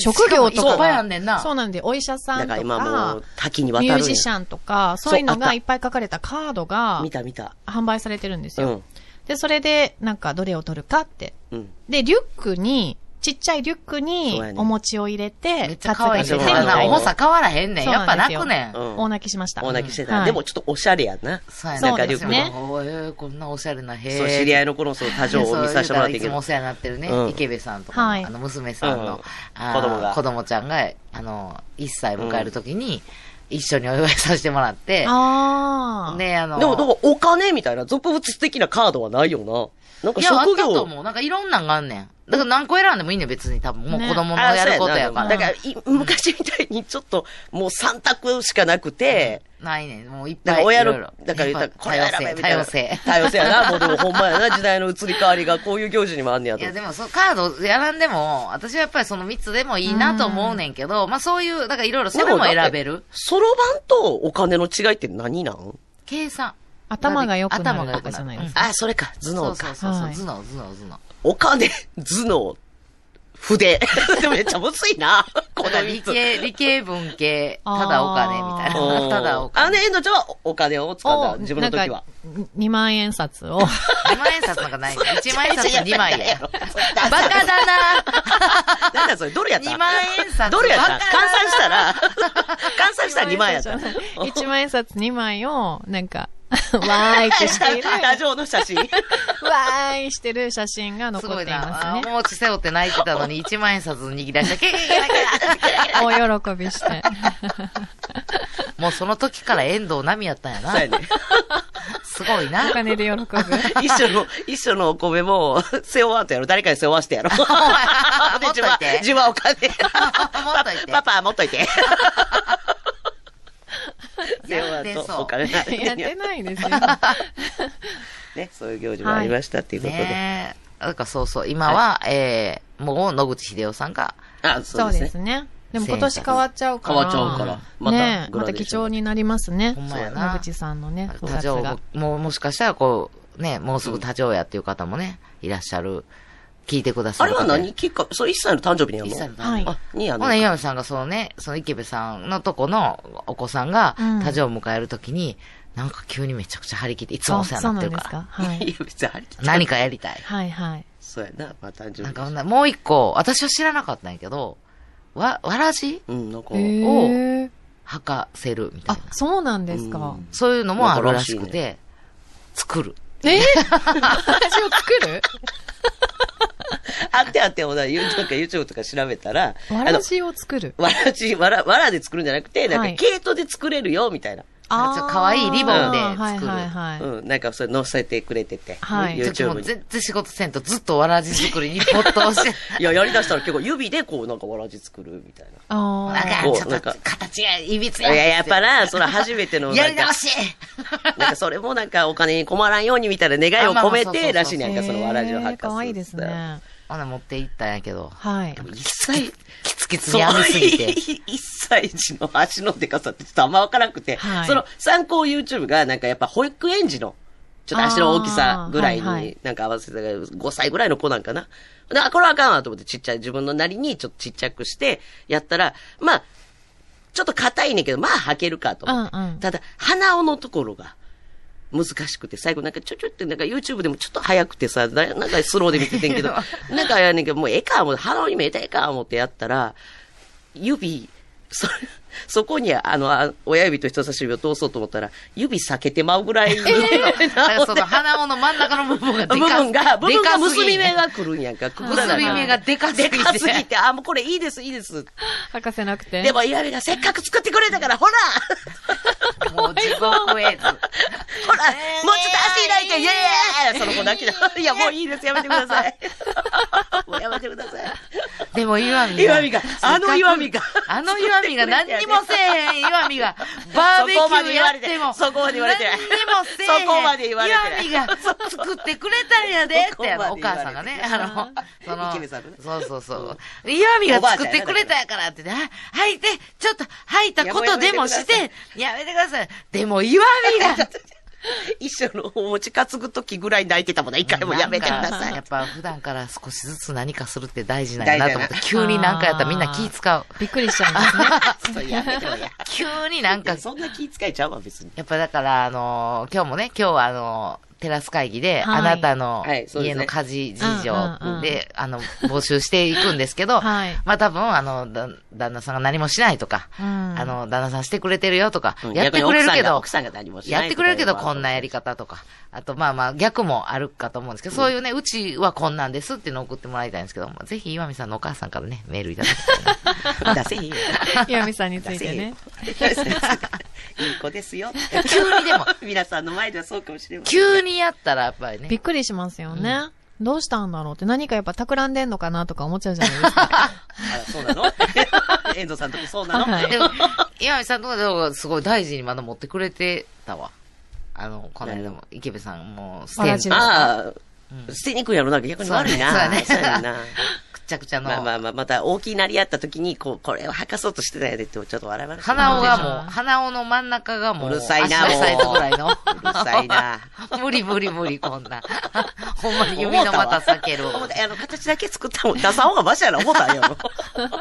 Speaker 5: 職業と
Speaker 4: しかもい
Speaker 5: か
Speaker 4: っぱいあ
Speaker 5: が
Speaker 4: んねんな
Speaker 5: そうなんで、お医者さ
Speaker 3: だか
Speaker 5: んと
Speaker 3: ら今も
Speaker 5: か
Speaker 3: う、、多岐にわた
Speaker 5: ミ
Speaker 3: るん
Speaker 5: ュ
Speaker 3: や。
Speaker 5: ージシャンとか、そういうの
Speaker 3: そうあっ
Speaker 5: が
Speaker 3: た
Speaker 5: いっぱい書かれたカードが
Speaker 3: 見た見た。
Speaker 5: 販売されてるんです
Speaker 3: う
Speaker 5: よ。
Speaker 3: ん。
Speaker 5: で、それで、なんか、どれを取るかって。
Speaker 3: うん。
Speaker 5: で、リュックに、ちっちゃいリュックに
Speaker 3: そうやね
Speaker 5: お餅を入れて、
Speaker 4: めっちゃ可愛いけ
Speaker 5: 担い
Speaker 3: そ
Speaker 4: ど
Speaker 5: で
Speaker 3: う
Speaker 5: てみ
Speaker 3: や
Speaker 4: な、
Speaker 5: たい
Speaker 4: 重
Speaker 5: な
Speaker 4: さ変わらへんねん。
Speaker 5: そう
Speaker 4: やっ
Speaker 5: な
Speaker 4: ぱ
Speaker 5: ん
Speaker 4: 泣
Speaker 5: ですよ
Speaker 4: くねん。
Speaker 3: うん
Speaker 5: 大泣きしました。
Speaker 3: 大泣きして
Speaker 5: うん
Speaker 3: た。
Speaker 5: はい
Speaker 3: でもちょっとおしゃれやな。
Speaker 4: そうや
Speaker 5: そ
Speaker 4: ね。
Speaker 5: うんですね
Speaker 4: おーこんなおしゃれな、へ
Speaker 3: そう、知り合いの頃のその多情を見させてもらって
Speaker 4: い
Speaker 3: ん
Speaker 4: つ
Speaker 3: け
Speaker 4: も
Speaker 3: ど
Speaker 4: お。世話になってるね、
Speaker 3: うん
Speaker 4: 池部さんとかの、
Speaker 5: はい
Speaker 4: あの、娘さん
Speaker 3: うん
Speaker 4: の、あー
Speaker 3: 子供が
Speaker 4: 子供ちゃんが、あの、1歳迎えるときに、一緒にお祝いさせてもらって、
Speaker 5: ああ。
Speaker 4: ね、あの、
Speaker 3: でも、なんかお金みたいな、俗物的なカードはないよな。なんか
Speaker 4: いや、あっ
Speaker 3: 職
Speaker 4: たと
Speaker 3: 業。
Speaker 4: 思う。なんかいろんなんがあんねん。だから何個選んでもいいねん、別に。多分、もう
Speaker 5: ね
Speaker 4: 子供のやることや
Speaker 3: あ
Speaker 4: か
Speaker 3: そうな
Speaker 4: ら。
Speaker 3: だから、い昔みたいにちょっと、もう三択しかなくて、
Speaker 4: ないねん。もういっ
Speaker 3: だ
Speaker 4: ぱ
Speaker 3: か
Speaker 4: い。
Speaker 3: ら親
Speaker 4: いろい
Speaker 3: の
Speaker 4: ろ、
Speaker 3: だから言ったら、これ
Speaker 4: 多様
Speaker 3: 選べ
Speaker 4: 性、
Speaker 3: み
Speaker 4: 多
Speaker 3: たいな
Speaker 4: 様性。
Speaker 3: 多様性や
Speaker 4: [laughs]
Speaker 3: な。もうでもほんまやな。時代の移り変わりがこういう行事にもあんねや
Speaker 4: い
Speaker 3: と
Speaker 4: や、。でも、そう、カードやらんでも、私はやっぱりその3つでもいいなと思うねんけど、まあそういう、だからいろいろそれも選べる。
Speaker 3: そろばんとお金の違いって何なん
Speaker 4: 計算。
Speaker 5: 頭が良くな
Speaker 4: 頭
Speaker 5: る
Speaker 4: が
Speaker 5: と
Speaker 4: 良くな
Speaker 5: か
Speaker 4: る
Speaker 5: じゃないですか。
Speaker 3: あ、それか。頭
Speaker 4: そ
Speaker 3: 脳
Speaker 4: うそう
Speaker 3: か。
Speaker 4: そうそう。
Speaker 5: はい
Speaker 4: 頭脳、頭脳、頭脳。
Speaker 3: お金、頭脳、筆。めっちゃむずいな。この
Speaker 4: だから
Speaker 3: 3
Speaker 4: 理
Speaker 3: つ。
Speaker 4: 系、理系文系、ただお金みたい
Speaker 3: うん
Speaker 4: な。ただお
Speaker 3: あの
Speaker 4: 金。
Speaker 3: エンドちゃんはお金を使った、自分の時
Speaker 5: なん
Speaker 3: は
Speaker 5: か。、2万円札を。
Speaker 4: 2万円札なんかないね。1万円札2枚や。バカ
Speaker 3: バカ
Speaker 4: だな
Speaker 3: なんだそれ、ドルやった
Speaker 4: 2万円札。
Speaker 3: ドルやった換
Speaker 4: バカだ
Speaker 3: 算したら、換算したら2万やった。
Speaker 5: [laughs] 1万円札2枚を、な
Speaker 3: [laughs]
Speaker 5: んか、わーいってしている、
Speaker 3: ラジオの写真。
Speaker 5: わーいしてる写真が
Speaker 4: す
Speaker 5: 残っ
Speaker 4: ご
Speaker 5: て
Speaker 4: い
Speaker 5: います
Speaker 4: な。あ
Speaker 5: ね
Speaker 4: お。餅背負って泣いてたのに1万円札握り出した。けけけけけ
Speaker 5: 大喜びして。
Speaker 4: もうその時から遠藤奈美やったんや
Speaker 3: そうや
Speaker 4: な。
Speaker 3: ね。
Speaker 4: すごい
Speaker 5: お
Speaker 4: な。
Speaker 5: 金
Speaker 3: [laughs]
Speaker 5: で喜ぶ。
Speaker 3: 一緒の、一緒のお米も、背負わんとやろ。誰かに背負わしてやろ。で
Speaker 4: 持っとい
Speaker 3: 自分は、
Speaker 4: て
Speaker 3: 自分はお金。
Speaker 4: っといて
Speaker 3: [laughs] パパパパ持っといて。背負
Speaker 4: や
Speaker 3: わ
Speaker 4: っ
Speaker 3: ん
Speaker 4: て
Speaker 3: と
Speaker 4: そ
Speaker 3: お
Speaker 4: う。
Speaker 3: 金ない
Speaker 5: やってないですよ。
Speaker 3: ね、そういう行事もありましたっていうことで。
Speaker 4: ねえ。だからそうそう、今は、えー、もう野口秀夫さんが、
Speaker 3: あ、[laughs]
Speaker 5: そ
Speaker 3: そうう
Speaker 5: で
Speaker 3: ですすね。
Speaker 5: ね。でも今年変わっちゃうから。
Speaker 3: 変わっちゃうからまた
Speaker 5: ねえ
Speaker 3: グ
Speaker 5: ま
Speaker 3: ラ
Speaker 5: た
Speaker 3: デーション
Speaker 5: 貴重になりますね。
Speaker 4: ほんまやな
Speaker 5: 野口さんのね、部
Speaker 4: 多
Speaker 5: 活
Speaker 4: 情
Speaker 5: が。、
Speaker 4: もうもしかしたらこう、ね、もうすぐ多情やっていう方もね、いらっしゃる、聞いてくださ
Speaker 3: あ
Speaker 4: る
Speaker 3: れ
Speaker 4: 方
Speaker 3: は
Speaker 4: で。
Speaker 3: 何きっかけ、そう、1歳の誕生日にやる
Speaker 4: 一
Speaker 3: の
Speaker 4: 切の
Speaker 5: はい
Speaker 3: あ、にやる
Speaker 4: ほ
Speaker 3: の
Speaker 4: な、岩見さんがそのね、その池部さんのとこのお子さんが
Speaker 5: うん、
Speaker 4: 多情を迎えるときに、なんか急にめちゃくちゃ張り切って、いつもお
Speaker 5: あ
Speaker 4: 世話
Speaker 5: そう
Speaker 4: になって
Speaker 5: なん
Speaker 4: る
Speaker 5: で
Speaker 4: か
Speaker 5: す
Speaker 4: ら。
Speaker 5: か。はい。
Speaker 3: [laughs] いや、別にあれって
Speaker 4: 何かやりたい。
Speaker 5: はいはい。
Speaker 3: そうやな、まあ誕生
Speaker 4: なんかほ
Speaker 3: 日。
Speaker 4: んならもう一個、私は知らなかったんやけど、わ、わらじ
Speaker 3: うん、なんか、
Speaker 5: へえ。
Speaker 4: 履かせるみたい
Speaker 5: あ
Speaker 4: な、。
Speaker 5: そうなんです
Speaker 3: う
Speaker 5: か。
Speaker 3: ん
Speaker 4: そういうのもあるらし
Speaker 3: なん
Speaker 4: く
Speaker 3: から
Speaker 4: て、
Speaker 3: し
Speaker 4: 作る。
Speaker 5: え私を作る
Speaker 3: あってあってもな、ゆなんか YouTube とか調べたら、
Speaker 5: わ
Speaker 3: あの
Speaker 5: らじを作る。
Speaker 3: わらじ、わら、わらで作るんじゃなくて、なん
Speaker 5: は
Speaker 3: か
Speaker 5: い
Speaker 3: 毛糸で作れるよ、みたいな。
Speaker 5: あ
Speaker 4: あちょっと可愛いリボンで
Speaker 5: あーはい
Speaker 4: 作る
Speaker 5: はいはい。
Speaker 3: うん、なんかそれ載せてくれてて、
Speaker 5: はい
Speaker 3: YouTube
Speaker 4: もう
Speaker 3: に。
Speaker 4: 全然仕事せんとずっとわらじ作りに没頭して。
Speaker 3: いや、やりだしたら結構指でこうなんかわらじ作るみたいな。
Speaker 5: あ
Speaker 4: なんか、
Speaker 5: ー
Speaker 4: ちょ
Speaker 3: おな
Speaker 4: っ
Speaker 3: ん
Speaker 4: と
Speaker 3: か
Speaker 4: 形がいびつ
Speaker 3: いや、やっぱ
Speaker 4: な
Speaker 3: な、それ初めてのなんか。
Speaker 4: やり直し [laughs]
Speaker 3: なんかそれもなんかお金に困らんようにみたいな願いを込め
Speaker 4: あまあまあそうそうそ
Speaker 3: て
Speaker 4: う
Speaker 3: らしいねんか、そのわらじを
Speaker 5: へ
Speaker 3: 発
Speaker 5: え
Speaker 3: 火
Speaker 5: 可愛いです。ね。
Speaker 4: ほな持って行ったんやけど。
Speaker 5: はい。
Speaker 3: 一歳、
Speaker 4: キツキツ
Speaker 3: そう
Speaker 4: に編みすぎて。
Speaker 3: [laughs] 一歳児の足のでかさってちょっとあんまわからなくて、
Speaker 5: はい
Speaker 3: その参考 YouTube がなんかやっぱ保育園児の、ちょっと足の大きさぐらい
Speaker 5: あーはいは
Speaker 3: に
Speaker 5: い、
Speaker 3: なんか合わせて、5歳ぐらいの子なんかな。で、あ、これはあかんわと思ってちっちゃい、自分のなりにちょっとちっちゃくして、やったら、まあ、ちょっと硬いねんけど、まあ履けるかと思って。
Speaker 5: うんうん
Speaker 3: ただ、鼻緒のところが、難しくて、最後なんかちょちょって、なんか YouTube でもちょっと早くてさ、ななんかスローで見ててんけ
Speaker 4: [laughs]
Speaker 3: ど、なんかやねんけど、もうええか、もう鼻緒に見えたらええか、思ってやったら、指、そ、そこに、あの、あ親指と人差し指を通そうと思ったら、指避けてまうぐらい、
Speaker 4: だからその鼻緒の真ん中の部分がでか
Speaker 3: 部分が、部分が
Speaker 4: でかすぎ
Speaker 3: 結び目が来るんやんか、くくらなあかん
Speaker 4: 結び目がでかすぎて
Speaker 3: でかすぎて、あ、もうこれいいです、いいです。
Speaker 5: 博士なくて。
Speaker 3: で
Speaker 5: [laughs]
Speaker 3: も、岩見がせっかく作ってくれたから、ほら
Speaker 4: もう地獄絵図。
Speaker 3: [laughs] ほら、もうちょっと足開いて、イエーイその子泣き [laughs] だ。いや、もういいです、やめてください。 [laughs] もうやめてください。
Speaker 4: でも岩見
Speaker 3: 岩見があの岩見が
Speaker 4: あの岩見が何にもせえへん岩見が。バーベキューやっても。
Speaker 3: そこまで言われてない
Speaker 4: 何にもせえへん。
Speaker 3: そこまで言われてない
Speaker 4: 岩見が作ってくれたんやでっ
Speaker 3: そこ
Speaker 4: て、
Speaker 3: まで言われてない
Speaker 4: お母さんがね、あの、その、
Speaker 3: 池部さんのね
Speaker 4: そうそうそう。岩見が作ってくれたんやからって言って、あ、吐いて、ちょっと吐いたことでもして、やめてください。でも岩見が。
Speaker 3: [laughs] [laughs] 一緒のお餅担ぐときぐらい泣いてたもんな、一回もやめてくだ
Speaker 4: なん
Speaker 3: さ
Speaker 4: かや
Speaker 3: い
Speaker 4: っ。ぱ普段から少しずつ何かするって大事なんやなと思って、
Speaker 3: 大
Speaker 4: 急になんかやったらみんな気使う。
Speaker 5: びっくりしちゃいますね。
Speaker 3: そうやめてもや。
Speaker 4: 急になんか
Speaker 3: そん [laughs] な気遣いちゃうわ、別に。
Speaker 4: やっぱだから、あのー今日もね、今日はあのーテラス会議で、
Speaker 5: はい
Speaker 4: あなたの
Speaker 3: はいそうで
Speaker 4: 家
Speaker 3: す
Speaker 4: の
Speaker 3: ね
Speaker 4: 家事事情で、
Speaker 5: うんうんうん
Speaker 4: あの、募集していくんですけど、
Speaker 5: [laughs] はい
Speaker 4: まあ多分、あの、だ旦那さんが何もしないとか、
Speaker 5: うん
Speaker 4: あの、旦那さんしてくれてるよとか、
Speaker 3: うん
Speaker 4: やってくれるけ
Speaker 3: 逆に奥さん
Speaker 4: ど
Speaker 3: が奥さんが何もしない
Speaker 4: やってくれるけど、こんなやり方とか、あと、まあまあ、逆もあるかと思うんですけど、そういうね、うちはこんなんですっていうのを送ってもらいたいんですけども、ぜひ岩見さんのお母さんからね、メールいただきたいな。
Speaker 3: 出せへんよ。
Speaker 5: 岩見さんにつ
Speaker 3: 出
Speaker 5: い
Speaker 3: せ
Speaker 5: て
Speaker 3: へん
Speaker 5: ね
Speaker 3: よ。。いい子ですよ。 [laughs] 急
Speaker 4: にでも。
Speaker 5: [laughs]
Speaker 3: 皆さんの前ではそうかもしれません。
Speaker 4: 急にやったら、やっぱりね。
Speaker 5: びっくりしますよね。どうしたんだろうって何かやっぱ企んでんのかなとか思っちゃうじゃないですか。
Speaker 3: [laughs] あそうなの [laughs] 遠藤さんとこそうなの、
Speaker 5: はい
Speaker 4: でも、岩見さんとかでもすごい大事にまだ持ってくれてたわ。あの、この間も、池部さんもう捨てん
Speaker 5: 同じ
Speaker 4: の
Speaker 5: の
Speaker 3: ああ、捨てにくいやろな、逆に悪いな。
Speaker 4: そうやね
Speaker 3: そうやねんな。
Speaker 4: くっちゃくちゃの。
Speaker 3: まあまあまあ、また大きいなり合った時に、こう、これを吐かそうとしてたやでって、ちょっと笑い話。
Speaker 4: 鼻緒が
Speaker 5: そうでし
Speaker 4: も
Speaker 5: ょ
Speaker 4: う、鼻緒の真ん中がもう、
Speaker 3: うるさいな
Speaker 4: 足のサイズぐらいの。
Speaker 3: う
Speaker 4: [laughs]
Speaker 3: るさいな。
Speaker 4: 無理無理無理、こんな。 [laughs] ほんまに [laughs] 指のまた避ける。
Speaker 3: 思ったあの、形だけ作ったもん。出さん方がマシやな、思ったんやろ。 [laughs]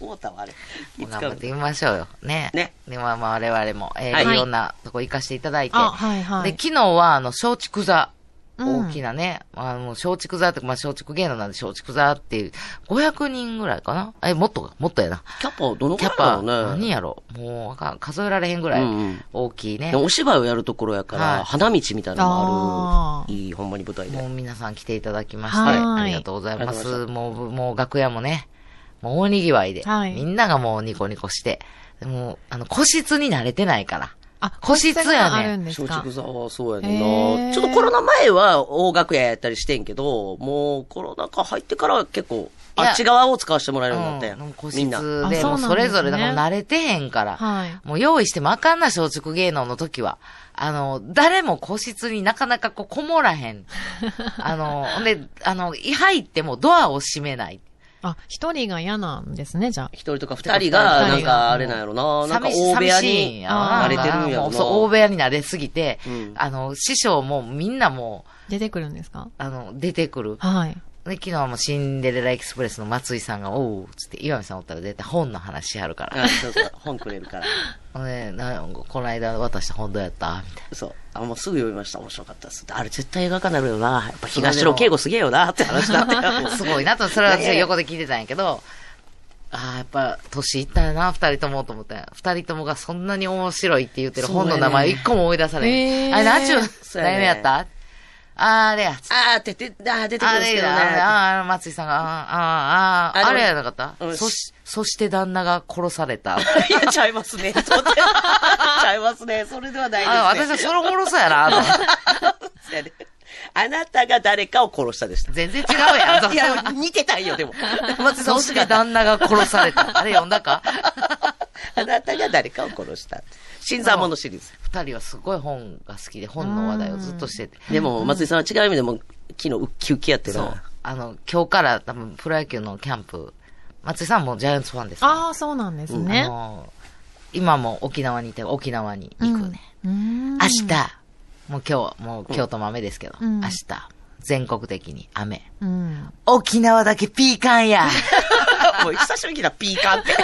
Speaker 3: 思ったわ、あれ。いつ
Speaker 4: 頑
Speaker 3: か
Speaker 4: 張っ。てみましょうよ。ね。
Speaker 3: ね。
Speaker 4: で、まあまあ我々も、えー、
Speaker 3: はいい
Speaker 4: ろんなとこ行かせていただいて。
Speaker 5: あ、はいはい。
Speaker 4: で、昨日は、あの、松竹座。
Speaker 5: うん
Speaker 4: 大きなね。あの、松竹座って、まあ、松竹芸能なんで松竹座っていう、500人ぐらいかなえ、もっとか、もっとやな。
Speaker 3: キャパ、どのく
Speaker 4: キ
Speaker 3: ら
Speaker 4: ャ
Speaker 3: いだ
Speaker 4: パ、
Speaker 3: ろうね。
Speaker 4: 何やろもうあかん、数えられへんぐらい
Speaker 3: うんうん、
Speaker 4: 大きいね。
Speaker 3: でもお芝居をやるところやから、
Speaker 4: はい
Speaker 3: 花道みたいなのもあ
Speaker 5: あ
Speaker 3: る。いい、ほんまに舞台で。
Speaker 4: もう皆さん来ていただきまして、
Speaker 5: はい
Speaker 4: ありがとうございま
Speaker 3: ありがとうござ
Speaker 4: す。もう、もう楽屋もね、もう大にぎわいで、
Speaker 5: はい
Speaker 4: みんながもうニコニコして、でも、あの、個室に慣れてないから。
Speaker 5: あ、
Speaker 4: 個室やね
Speaker 5: あるんです
Speaker 3: 松
Speaker 5: か
Speaker 3: 竹。座はそうやねん
Speaker 5: へ
Speaker 3: な。
Speaker 5: ー
Speaker 3: ちょっとコロナ前は大楽屋やったりしてんけど、もうコロナ禍入ってからは結構、
Speaker 4: いや
Speaker 3: あっち側を使わせてもらえるようになったや
Speaker 4: うんん、もう個室
Speaker 3: みんな。
Speaker 5: あ
Speaker 4: で、
Speaker 5: そう
Speaker 4: も
Speaker 5: な
Speaker 4: うん
Speaker 5: ですね
Speaker 4: それぞれ、だから慣れてへんから、
Speaker 5: はい
Speaker 4: もう用意してもあかんな、松竹芸能の時は。あの、誰も個室になかなかこう、こもら
Speaker 3: [laughs]
Speaker 4: へん。あの、ほんで、あの、入ってもドアを閉めない。
Speaker 5: あ、一人が嫌なんですね、じゃあ。
Speaker 3: 一人とか二人が、な
Speaker 5: 二
Speaker 3: ん
Speaker 5: 人
Speaker 3: か
Speaker 5: が
Speaker 3: あれなんやろな。なんか
Speaker 4: 寂し
Speaker 3: 大部屋
Speaker 4: 寂しいん
Speaker 3: に
Speaker 4: やな
Speaker 3: 慣れてるんや
Speaker 4: も
Speaker 3: ろ
Speaker 4: う
Speaker 3: な。
Speaker 4: そう、大部屋に慣れすぎて、
Speaker 3: うん
Speaker 4: あの、師匠もみんなもう、
Speaker 5: 出てくるんですか
Speaker 4: あの、出てくる。
Speaker 5: はい。
Speaker 4: で、昨日もシンデレラエクスプレスの松井さんが、おう、つって、岩見さんおったら絶対本の話しはるから。
Speaker 3: あそうそう、本くれるから。
Speaker 4: ほんで、なこの間渡した本どうやったみたいな。
Speaker 3: そう。あ、もうすぐ読みました。面白かったです。あれ絶対映画化になるよな。やっぱ東野敬吾すげえよな、って話だった
Speaker 4: [laughs] す
Speaker 3: よ。
Speaker 4: ごいなと、それは私
Speaker 3: ねえ
Speaker 4: 横で聞いてたんやけど、ああ、やっぱ、年いったよな、二人ともと思ったんや二人ともがそんなに面白いって言ってる本の
Speaker 3: そ
Speaker 4: 名前
Speaker 3: うやね
Speaker 4: 一個も思い出されへん。
Speaker 5: へー
Speaker 4: あれ、なんちゅう
Speaker 3: そうやね
Speaker 4: 悩みやったあーあれや、つ
Speaker 3: あーって、で、あー出てくる
Speaker 4: あ
Speaker 3: んです
Speaker 4: れ
Speaker 3: けどね。
Speaker 4: ああ、松井さんが、ああ、ああ、あ
Speaker 3: あ
Speaker 4: れ
Speaker 3: れ
Speaker 4: やなかった
Speaker 3: うん
Speaker 4: そし、そして旦那が殺さ
Speaker 3: [laughs]
Speaker 4: れた。あ
Speaker 3: いや、ちゃいますね。そうちゃいますね。それではないです、ね。
Speaker 4: 私はそれおもろそう
Speaker 3: [laughs]
Speaker 4: やな、と思って
Speaker 3: そうやねあなたが誰かを殺したでした。
Speaker 4: 全然違うやんと
Speaker 3: [laughs] い
Speaker 4: 思っ
Speaker 3: や、似てたんよ、でも。 [laughs]
Speaker 4: て。
Speaker 3: 松井さん
Speaker 4: そ
Speaker 3: 惜
Speaker 4: し
Speaker 3: しか
Speaker 4: て
Speaker 3: った。
Speaker 4: 旦那が殺された。あれ読んだか
Speaker 3: あなたが誰かを殺した。新参者シリーズ。
Speaker 4: 二人はすごい本が好きで、本の話題をずっとしてて。
Speaker 3: でも、松井さんは違う意味でも、昨日ウッキウキやって
Speaker 4: そう
Speaker 3: な。。
Speaker 4: あの、今日から多分プロ野球のキャンプ、松井さんもジャイアンツファンですから。
Speaker 5: ああ、そうなんです
Speaker 4: あ
Speaker 5: ね。
Speaker 4: の今も沖縄にいて、沖縄に行くね。
Speaker 5: 明
Speaker 4: 明日、もう今日、もう京都も雨ですけど、
Speaker 5: うん
Speaker 4: 明日、全国的に雨。
Speaker 5: うん。
Speaker 4: 沖縄だけピーカンや。
Speaker 3: もう久しぶりに聞いた、ピーカンって。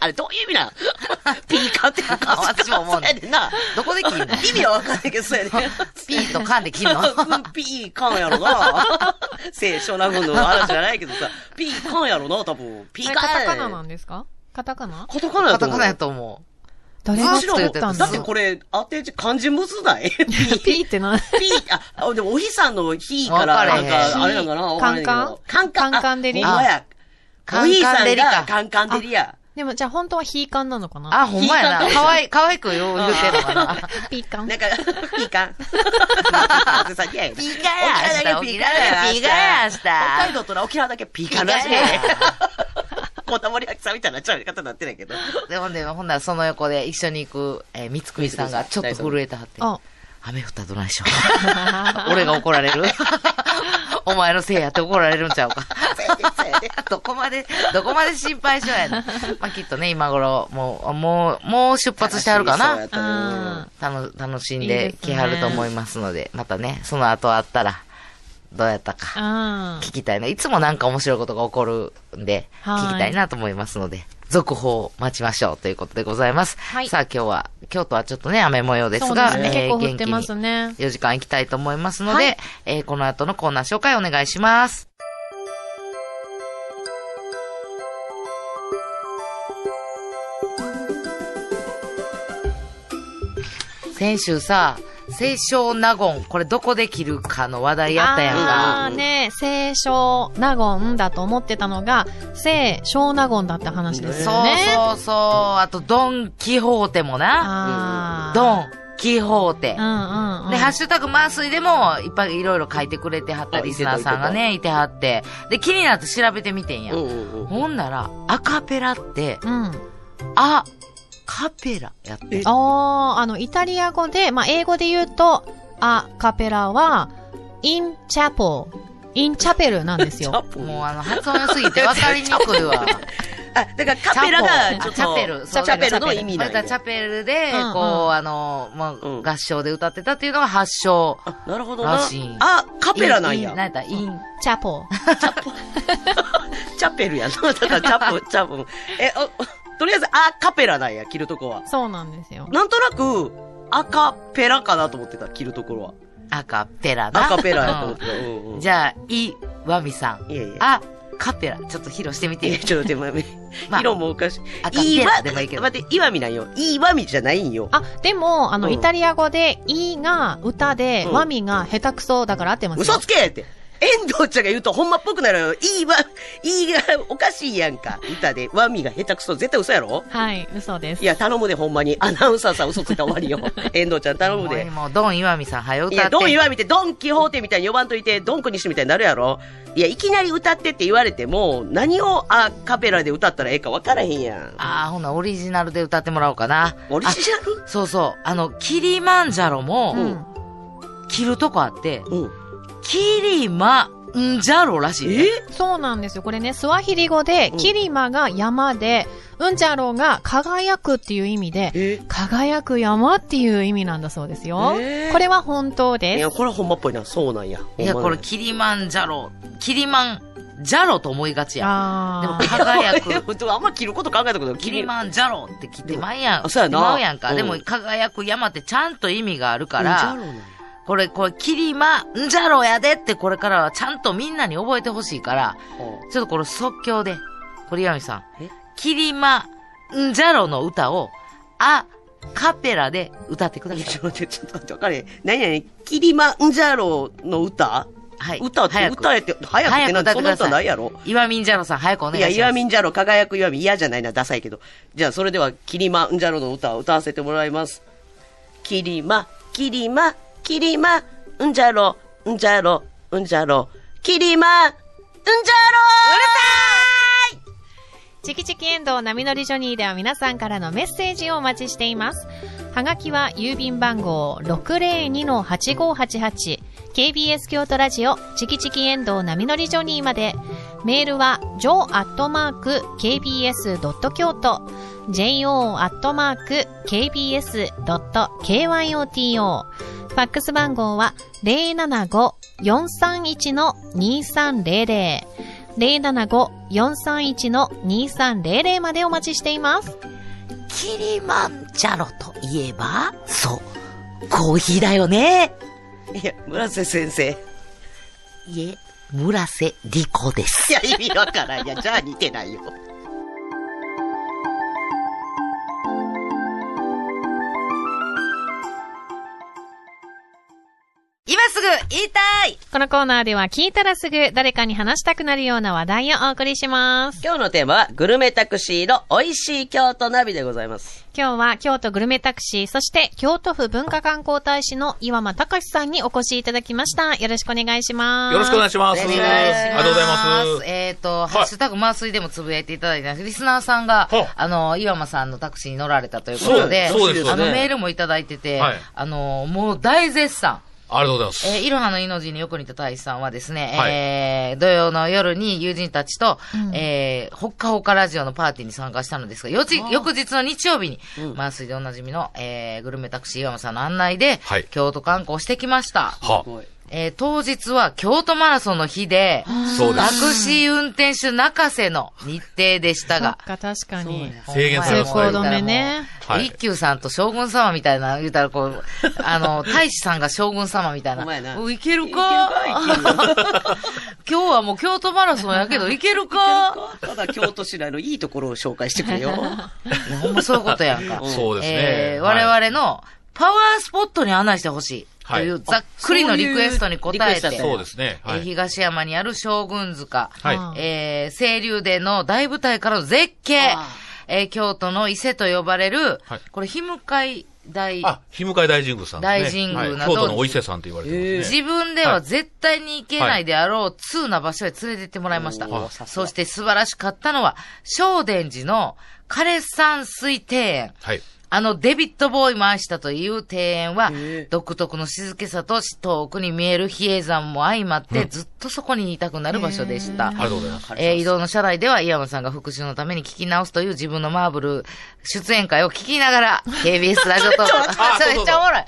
Speaker 3: あれ、どういう意味なんピーカンってなんか、
Speaker 4: 私も思うねん
Speaker 3: そうやねんな。
Speaker 4: どこで切
Speaker 3: [laughs]
Speaker 4: んの
Speaker 3: 意味はわかんないけど、そうやねん。
Speaker 4: ピーとカンで切んの
Speaker 3: ピーカンやろな。聖書な軍の話じゃないけどさ、ピーカンやろな、多分。ピー
Speaker 5: あ
Speaker 3: カ
Speaker 5: れ
Speaker 3: ン。
Speaker 5: カタカナなんですかカタカナ
Speaker 3: カタカナ
Speaker 4: カ
Speaker 3: やと
Speaker 4: タ
Speaker 3: 思
Speaker 4: カ
Speaker 3: う。
Speaker 4: ナやと思
Speaker 5: 誰が作
Speaker 4: ず
Speaker 5: っ
Speaker 4: っと
Speaker 5: たん
Speaker 3: だ
Speaker 5: だ
Speaker 3: ってこ
Speaker 5: ろ
Speaker 3: れ、当て字、漢字むずないピ
Speaker 5: う。 [laughs] ピーってな。
Speaker 3: ピー、あ、でも、お日さんの日から、
Speaker 4: わか
Speaker 3: な
Speaker 4: れへ
Speaker 3: ん
Speaker 4: ん
Speaker 3: か、あれなんかな、わかんないけど。
Speaker 5: カンカン
Speaker 3: カンカン。
Speaker 5: カンカンデリ
Speaker 3: あほんまや。
Speaker 4: カンカ
Speaker 3: お
Speaker 4: ンデリ
Speaker 3: 日
Speaker 4: か
Speaker 3: さんが、カンカンデリや。
Speaker 5: でも、じゃあ本当はヒーカンなのか
Speaker 4: う。
Speaker 5: な
Speaker 4: あ、ほんまやな。かわい、かわいくよう言うてるのかな。
Speaker 5: [laughs] ピーカン
Speaker 3: なん。か、 [laughs] ピーカン。ピー沖縄だけピーカンや。北
Speaker 4: やピーカンや明日
Speaker 3: 海道とな沖縄だけピーカンらしいね。こだまりあきさんみたいになっちゃう方になってないけど。
Speaker 4: で、ほんで、ほんならその横で一緒に行く、えー、三つくりさんがちょっと震えたはって。
Speaker 5: あ、
Speaker 4: 雨降ったらどないしょう。 [laughs] 俺が怒られ [laughs] るお前のせいやって怒られるんちゃうか。
Speaker 3: そうやでそうやで
Speaker 4: [laughs] どこまで、どこまで心配性やねん。まあ、きっとね、今頃、もう、もう、もう出発してはるか
Speaker 3: そうや
Speaker 4: な
Speaker 3: っ。たね
Speaker 5: あ
Speaker 4: 楽、楽しん
Speaker 5: いい
Speaker 4: で
Speaker 5: です
Speaker 4: き
Speaker 5: ね
Speaker 4: はると思いますので、またね、その後あったら、どうやったか。
Speaker 5: あ
Speaker 4: 聞きたいな。いつもなんか面白いことが起こるんで、
Speaker 5: はい
Speaker 4: 聞きたいなと思いますので、続報を待ちましょうということでございます。
Speaker 5: はい
Speaker 4: さあ今日は、京都はちょっとね、雨模様ですが、
Speaker 5: そうですね
Speaker 4: えー
Speaker 5: 結構降ってますね
Speaker 4: 元気に4時間行きたいと思いますので、
Speaker 5: はい
Speaker 4: えーこの後のコーナー紹介お願いします。先週さ、清少納言、これどこで切るかの話題やったやんか。
Speaker 5: あーね、清少納言だと思ってたのが、清少納言だった話です
Speaker 4: そ
Speaker 5: よね。
Speaker 4: うそうそう。あと、ドン・キホーテもな。
Speaker 5: あー
Speaker 4: ドン。気法って。
Speaker 5: うんうんうん。
Speaker 4: で、ハッシュタグ麻酔でも、いっぱいいろいろ書いてくれてはった
Speaker 3: あ
Speaker 4: リスナーさんがね、いてはって。で、気になって調べてみてんや。
Speaker 3: うんうんうん。
Speaker 4: ほんなら、アカペラって、
Speaker 5: うん。
Speaker 4: アカペラやって。
Speaker 5: あーあの、イタリア語で、まあ、英語で言うと、アカペラは、インチャポインチャペルなんです
Speaker 3: チ
Speaker 5: よ
Speaker 3: [laughs] ャ。ポ
Speaker 4: もうあの、発音良すぎて分かりにくい
Speaker 3: [laughs]
Speaker 4: わ。
Speaker 3: あ、だからカペラが、ちょっと、
Speaker 4: チャペル
Speaker 3: チャペルの意味
Speaker 4: こ
Speaker 3: な
Speaker 4: れ
Speaker 3: ん
Speaker 4: だ
Speaker 3: や
Speaker 4: チャペルで
Speaker 5: うんうん、
Speaker 4: こう、あの、も
Speaker 3: うん
Speaker 4: う、合唱で歌ってたっていうのが発祥。
Speaker 3: あなるほどな
Speaker 4: らしい。
Speaker 3: あ、カペラなん
Speaker 4: イ
Speaker 3: や
Speaker 4: ン。なんやったイ
Speaker 5: イ
Speaker 4: ン
Speaker 5: ンチャ
Speaker 3: [laughs]
Speaker 5: ポ
Speaker 3: チャペルやな。 [laughs] だからチャ
Speaker 4: [laughs]
Speaker 3: ポ、チャポ。え、あとりあえず、あ、カペラなんや、着るとこは。
Speaker 5: そうなんですよ。
Speaker 3: なんとなく、アカペラかなと思ってた、着るところは。
Speaker 4: アカペラな。
Speaker 3: アカペラやと思ってた。うんう。
Speaker 4: [laughs] うんん
Speaker 3: ゃ
Speaker 4: じゃあ、イ・ワミさん。
Speaker 3: いやいや。
Speaker 4: アカペラ。ちょっと披露してみ
Speaker 3: いや
Speaker 4: て。
Speaker 3: ちょっと待って、
Speaker 4: まあ
Speaker 3: 色もおかしい。
Speaker 4: アカペラでもいいけど。
Speaker 3: 待って、いわみなんよ。いわみじゃないんよ。
Speaker 5: あ、でも、あの、
Speaker 3: うん
Speaker 5: イタリア語で、イが歌で、
Speaker 3: うん
Speaker 5: ワミが下手くそだから合ってますよ。
Speaker 3: 嘘つけって。遠藤ちゃんが言うとほんまっぽくなるよ。いいわ、いいがおかしいやんか。歌で、わみが下手くそ、絶対嘘やろ
Speaker 5: はい、嘘です。
Speaker 3: いや、頼むでほんまに。アナウンサーさん嘘ついたら終わ
Speaker 4: [laughs]
Speaker 3: りよ。遠藤ちゃん頼むで。
Speaker 4: もう、ドン・イワミさん、早
Speaker 3: い
Speaker 4: 歌っ
Speaker 3: や、
Speaker 4: て。
Speaker 3: ドン言わみて、ドンキホーテみたいに呼ばんといて、ドンクにしてみたいになるやろ。いや、いきなり歌ってって言われても、何をアカペラで歌ったらええか分からへんやん。
Speaker 4: ああ、ほな、オリジナルで歌ってもらおうかな。
Speaker 3: オリジナル
Speaker 4: あそうそう。あの、キリマンジャロ
Speaker 5: う
Speaker 4: も、
Speaker 5: ん。
Speaker 4: 着るとこあって、
Speaker 3: うん。
Speaker 4: キリマンジャロらしいね。
Speaker 3: え
Speaker 5: そうなんですよ。これね、スワヒリ語で、
Speaker 3: うん
Speaker 5: キリマが山で、うんちゃろうが輝くっていう意味で、
Speaker 3: え
Speaker 5: 輝く山っていう意味なんだそうですよ。
Speaker 3: えー
Speaker 5: これは本当
Speaker 3: い
Speaker 5: です
Speaker 3: や、。これはほんまっぽいな。そうなんや。
Speaker 4: いや、
Speaker 3: ほんま
Speaker 4: こ
Speaker 3: なん [laughs]
Speaker 4: れ、キリマンジャロ。キリマンジャロと思いがちや。でも、
Speaker 5: あー
Speaker 4: 輝
Speaker 3: いや [laughs]
Speaker 4: く。
Speaker 3: 本当あんま着ること考えたことない。
Speaker 4: キリマンジャロって切ってまうやん。
Speaker 3: あそうやな
Speaker 4: 切ってまうやんか。
Speaker 3: うん
Speaker 4: でも、輝く山ってちゃんと意味がある
Speaker 3: か
Speaker 4: から、これ、これ、キリマンジャロやでって、これからはちゃんとみんなに覚えてほしいから、ちょっとこれ即興で、鳥山さん
Speaker 3: え、
Speaker 4: キリマンジャロの歌を、あ、カペラで歌ってくだ
Speaker 3: いや、
Speaker 4: さ
Speaker 3: ち
Speaker 4: い
Speaker 3: ょ。っと待って、ちょっと待って、わかれへん。何々、キリマンジャロの歌
Speaker 4: はい。
Speaker 3: 歌って、
Speaker 4: 早く
Speaker 3: 歌えて、早くってなんて、そんな
Speaker 4: 早く歌ってください
Speaker 3: 歌ないやろ。
Speaker 4: イワミンジャロさん、早くお願
Speaker 3: い
Speaker 4: い
Speaker 3: や、
Speaker 4: します。
Speaker 3: イワミンジャロ、輝くイワミ、嫌じゃないな、ダサいけど。じゃあ、それでは、キリマンジャロの歌を歌わせてもらいます。キリマ、キリマ、キリマ、うんじゃろ、うんじゃろ、うんじゃろ、キリマ、うんじゃろうるさい
Speaker 5: チキチキエンドウ波乗りジョニーでは皆さんからのメッセージをお待ちしています。はがきは郵便番号 602-8588KBS 京都ラジオチキチキエンドウ波乗りジョニーまで。メールは jo.kbs.kyoto jo.kbs.kyoto ファックス番号は075-431-2300 075-431-2300までお待ちしています。
Speaker 4: キリマンジャロといえば、そう、コーヒーだよね。
Speaker 3: いや、村瀬先生。
Speaker 4: いえ、村瀬理子です
Speaker 3: い。や、意味わからん。いや、じゃあ似てないよ。
Speaker 4: 今すぐ言いたい
Speaker 5: このコーナーでは聞いたらすぐ誰かに話したくなるような話題をお送りします。
Speaker 3: 今日のテーマは、グルメタクシーの美味しい京都ナビでございます。
Speaker 5: 今日は京都グルメタクシー、そして京都府文化観光大使の岩間隆さんにお越しいただきました。よろしくお願いします。
Speaker 6: よろしくお願い
Speaker 5: し
Speaker 6: します。
Speaker 4: お願いします。
Speaker 6: ありがとうございます。
Speaker 4: えっ、と、ハッシュタグ麻酔でもつぶやいていただいたんですけどリスナーさんが、
Speaker 6: は
Speaker 4: あの、岩間さんのタクシーに乗られたということで、
Speaker 6: そうそうです
Speaker 4: あの
Speaker 6: そうです
Speaker 4: メールもいただいてて、
Speaker 6: はい
Speaker 4: あの、もう大絶賛。
Speaker 6: ありがとうございます。
Speaker 4: えー、いろはの命によく似た大使さんはですね、
Speaker 6: はい
Speaker 4: えー、土曜の夜に友人たちと、えー、ほっかほかラジオのパーティーに参加したのですが、よち翌日の日曜日に、麻酔でおなじみの、えー、グルメタクシー岩間さんの案内で、
Speaker 6: はい
Speaker 4: 京都観光してきました。
Speaker 6: は
Speaker 3: す、ごい。
Speaker 4: えー、当日は京都マラソンの日で、
Speaker 6: そうで
Speaker 4: タク
Speaker 6: す。
Speaker 4: シー運転手中瀬の日程でしたが、
Speaker 5: か、確かに。
Speaker 6: 制限され
Speaker 5: 通
Speaker 6: ます
Speaker 5: 行止めね。
Speaker 6: はい
Speaker 4: 一休さんと将軍様みたいな、言うたらこう、あの、大使さんが将軍様みたいな。
Speaker 3: ほんまやな
Speaker 4: おいけるか今日はもう京都マラソンやけど、いけるか
Speaker 3: ただ京都市内のいいところを紹介してく
Speaker 6: [laughs]
Speaker 3: れよ。
Speaker 4: いやほんまそういうことやんか。
Speaker 6: そうですね。
Speaker 4: えー
Speaker 6: はい
Speaker 4: 我々のパワースポットに案内してほしい。と
Speaker 6: はい
Speaker 4: いうざっくりのリクエストに応
Speaker 3: そういうリクエ
Speaker 4: え
Speaker 3: スト
Speaker 4: て、
Speaker 3: やったんや
Speaker 6: そうですね。は
Speaker 4: えー
Speaker 6: い。
Speaker 4: 東山にある将軍塚、
Speaker 6: はい。
Speaker 5: あ
Speaker 4: えー、清流での大舞台からの絶景
Speaker 3: あ、
Speaker 4: えー、京都の伊勢と呼ばれる、
Speaker 6: はい
Speaker 4: これ、ひむかい大、
Speaker 6: あ、日向大神宮さんね。
Speaker 4: 大神宮など
Speaker 6: はい京都のお伊勢さんと言われてますね。
Speaker 4: 自分では絶対に行けないであろう、通な場所へ連れてってもらいました。そして素晴らしかったのは、正殿寺の枯山水庭園。
Speaker 6: はい。
Speaker 4: あのデビットボーイも愛したという庭園は、独特の静けさと遠くに見える比叡山も相まって、ずっとそこにいたくなる場所でした。
Speaker 6: ありがとうございます。
Speaker 4: えー移動の車内では、井山さんが復習のために聞き直すという自分のマーブル出演会を聞きながら、KBS ラジオと、 [laughs] あそれめっちゃおもろい。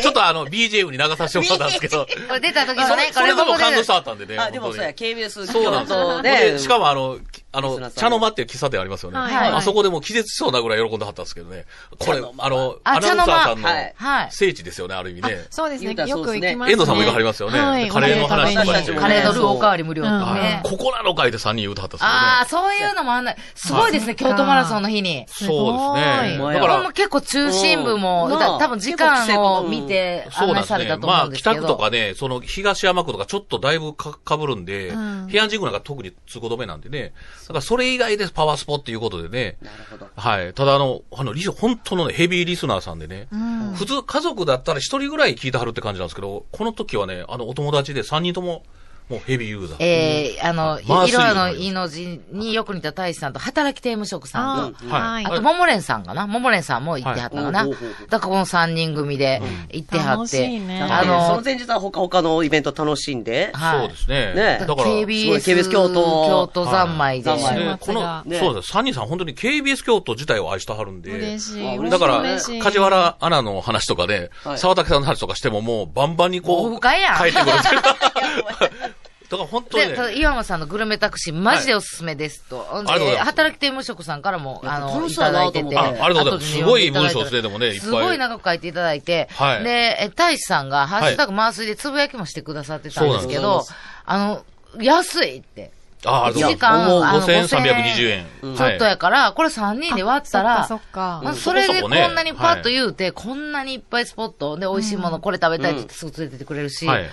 Speaker 6: ちょっとあの、BGM に流させてもらったんですけど。
Speaker 4: これ出た時のね、
Speaker 6: そ
Speaker 4: こ
Speaker 6: れ
Speaker 4: れ
Speaker 6: で
Speaker 4: こ
Speaker 6: も
Speaker 4: こ
Speaker 6: 感動し
Speaker 4: で。
Speaker 6: たったんでね。
Speaker 3: あ、でもそうや、
Speaker 6: 本
Speaker 3: KBS
Speaker 6: 当に。そうな
Speaker 3: 京
Speaker 6: んですよ
Speaker 3: 都で。
Speaker 6: でしかもあの、きあ
Speaker 3: リスナ
Speaker 6: の、
Speaker 3: ーさん
Speaker 6: 茶の間っていう喫茶店ありますよね。
Speaker 5: はい
Speaker 6: あそこでもう気絶しそうなぐらい喜んではったんですけどね。これ、あの、
Speaker 4: あ
Speaker 6: アナウンサーさん
Speaker 3: 茶
Speaker 6: の
Speaker 3: の間はい
Speaker 4: はい
Speaker 6: 聖地ですよね、ある意味ね。
Speaker 5: そうです
Speaker 3: 言
Speaker 5: ね。
Speaker 3: うたら
Speaker 5: よ
Speaker 3: そう
Speaker 5: く
Speaker 3: です
Speaker 5: 行
Speaker 3: ね
Speaker 5: きますね。
Speaker 6: 遠藤さんも行かはりますよね。
Speaker 5: はい
Speaker 6: でカレーの話とか
Speaker 3: 私たちも
Speaker 4: カ
Speaker 6: ね
Speaker 4: レーのルーおかわり無料とか
Speaker 6: はい
Speaker 4: ね。
Speaker 6: ここなのかいって3人言うてはったんですけどね。
Speaker 4: ああ、そういうのもあんない。すごいですね、京都マラソンの日に。
Speaker 5: すごい
Speaker 6: そうですね。
Speaker 3: ほんまや
Speaker 6: だか
Speaker 4: ほんま
Speaker 6: ら、
Speaker 4: 結構中心部も、
Speaker 3: うん
Speaker 4: だ多分時間を見て
Speaker 6: そ
Speaker 4: 案
Speaker 6: うな
Speaker 4: 内
Speaker 6: んで
Speaker 4: さ
Speaker 6: す
Speaker 4: れ
Speaker 6: ね。
Speaker 4: たと思
Speaker 6: ま
Speaker 4: う
Speaker 6: あ、
Speaker 4: んです
Speaker 6: 北
Speaker 4: け
Speaker 6: 区
Speaker 4: ど。
Speaker 6: とかね、その東山区とかちょっとだいぶかかぶるんで、
Speaker 5: うん
Speaker 6: 平安神宮なんか特に通行止めなんでね。だからそれ以外でパワースポっていうことでね。
Speaker 3: なるほど。
Speaker 6: はい。ただあの、あの、リス本当のね、ヘビーリスナーさんでね。
Speaker 5: うん
Speaker 6: 普通、家族だったら一人ぐらい聞いてはるって感じなんですけど、この時はね、あの、お友達で3人とも、もうヘビーユーザー。
Speaker 4: えー、あの、
Speaker 6: マースイ
Speaker 4: 色
Speaker 6: ー
Speaker 4: の命によく似た大使さんと、働き手無職さんと、
Speaker 5: あーはい
Speaker 4: あ。と、ももれんさんかなももれんさんも行ってはったかな、
Speaker 3: はいおうおうおう
Speaker 4: だから、この三人組で行っては
Speaker 5: 楽
Speaker 4: っ。
Speaker 5: していね
Speaker 3: あ
Speaker 4: あ
Speaker 3: の、そ
Speaker 4: の
Speaker 3: の、前日は他他のイベント楽しんで、
Speaker 4: はい
Speaker 6: そうですね。
Speaker 3: ね
Speaker 4: だ
Speaker 6: だ
Speaker 4: か
Speaker 6: からら、
Speaker 4: KBS、
Speaker 3: すごい KBS 京都
Speaker 4: 京都三昧で、
Speaker 3: はい三昧
Speaker 6: ね、この、
Speaker 5: 松
Speaker 3: が
Speaker 6: そうです。サニーさん本当に KBS 京都自体を愛してはるんで
Speaker 5: 嬉。しい。
Speaker 6: だから
Speaker 5: 嬉しい、
Speaker 6: 梶。原アナの話とかで、
Speaker 3: はい
Speaker 6: 沢竹さんの話とかしてももうバンバンにこ
Speaker 4: もう
Speaker 6: う、
Speaker 4: 深いやん
Speaker 6: 帰ってくる。だから本当に
Speaker 4: で、
Speaker 6: ね
Speaker 4: ただ、岩間さんのグルメタクシー、マジでおすすめですと。ほんで
Speaker 6: ありがとうございます
Speaker 4: 働き手無職さんからも、あの、
Speaker 3: 楽
Speaker 4: い
Speaker 3: しそう
Speaker 4: た
Speaker 3: や
Speaker 4: だ
Speaker 3: ない
Speaker 4: て。
Speaker 3: と思って
Speaker 6: あありがとうございます
Speaker 4: 後読んでただ
Speaker 6: すごい文
Speaker 4: た
Speaker 6: 章ですねでもねいっぱい
Speaker 4: すごい長く書いていただいて。
Speaker 6: はい
Speaker 4: で、え大使さんが、ハッシュタグ回水でつぶやきもしてくださってたんですけど、あの、安いって。
Speaker 6: あ、ありがとうございます。
Speaker 4: 一時間あの
Speaker 6: 5320円。
Speaker 4: ちょっと
Speaker 6: はい
Speaker 4: やから、これ3人で割ったら、
Speaker 5: そっか
Speaker 4: まあ
Speaker 6: うん
Speaker 4: それでこ
Speaker 6: そこそこ
Speaker 4: ん
Speaker 6: ね
Speaker 4: なにパッと言うて、こんなにいっぱいスポットで美味しいものこれ食べたいって言ってすぐ連れてってくれるし、 [laughs]
Speaker 6: はい。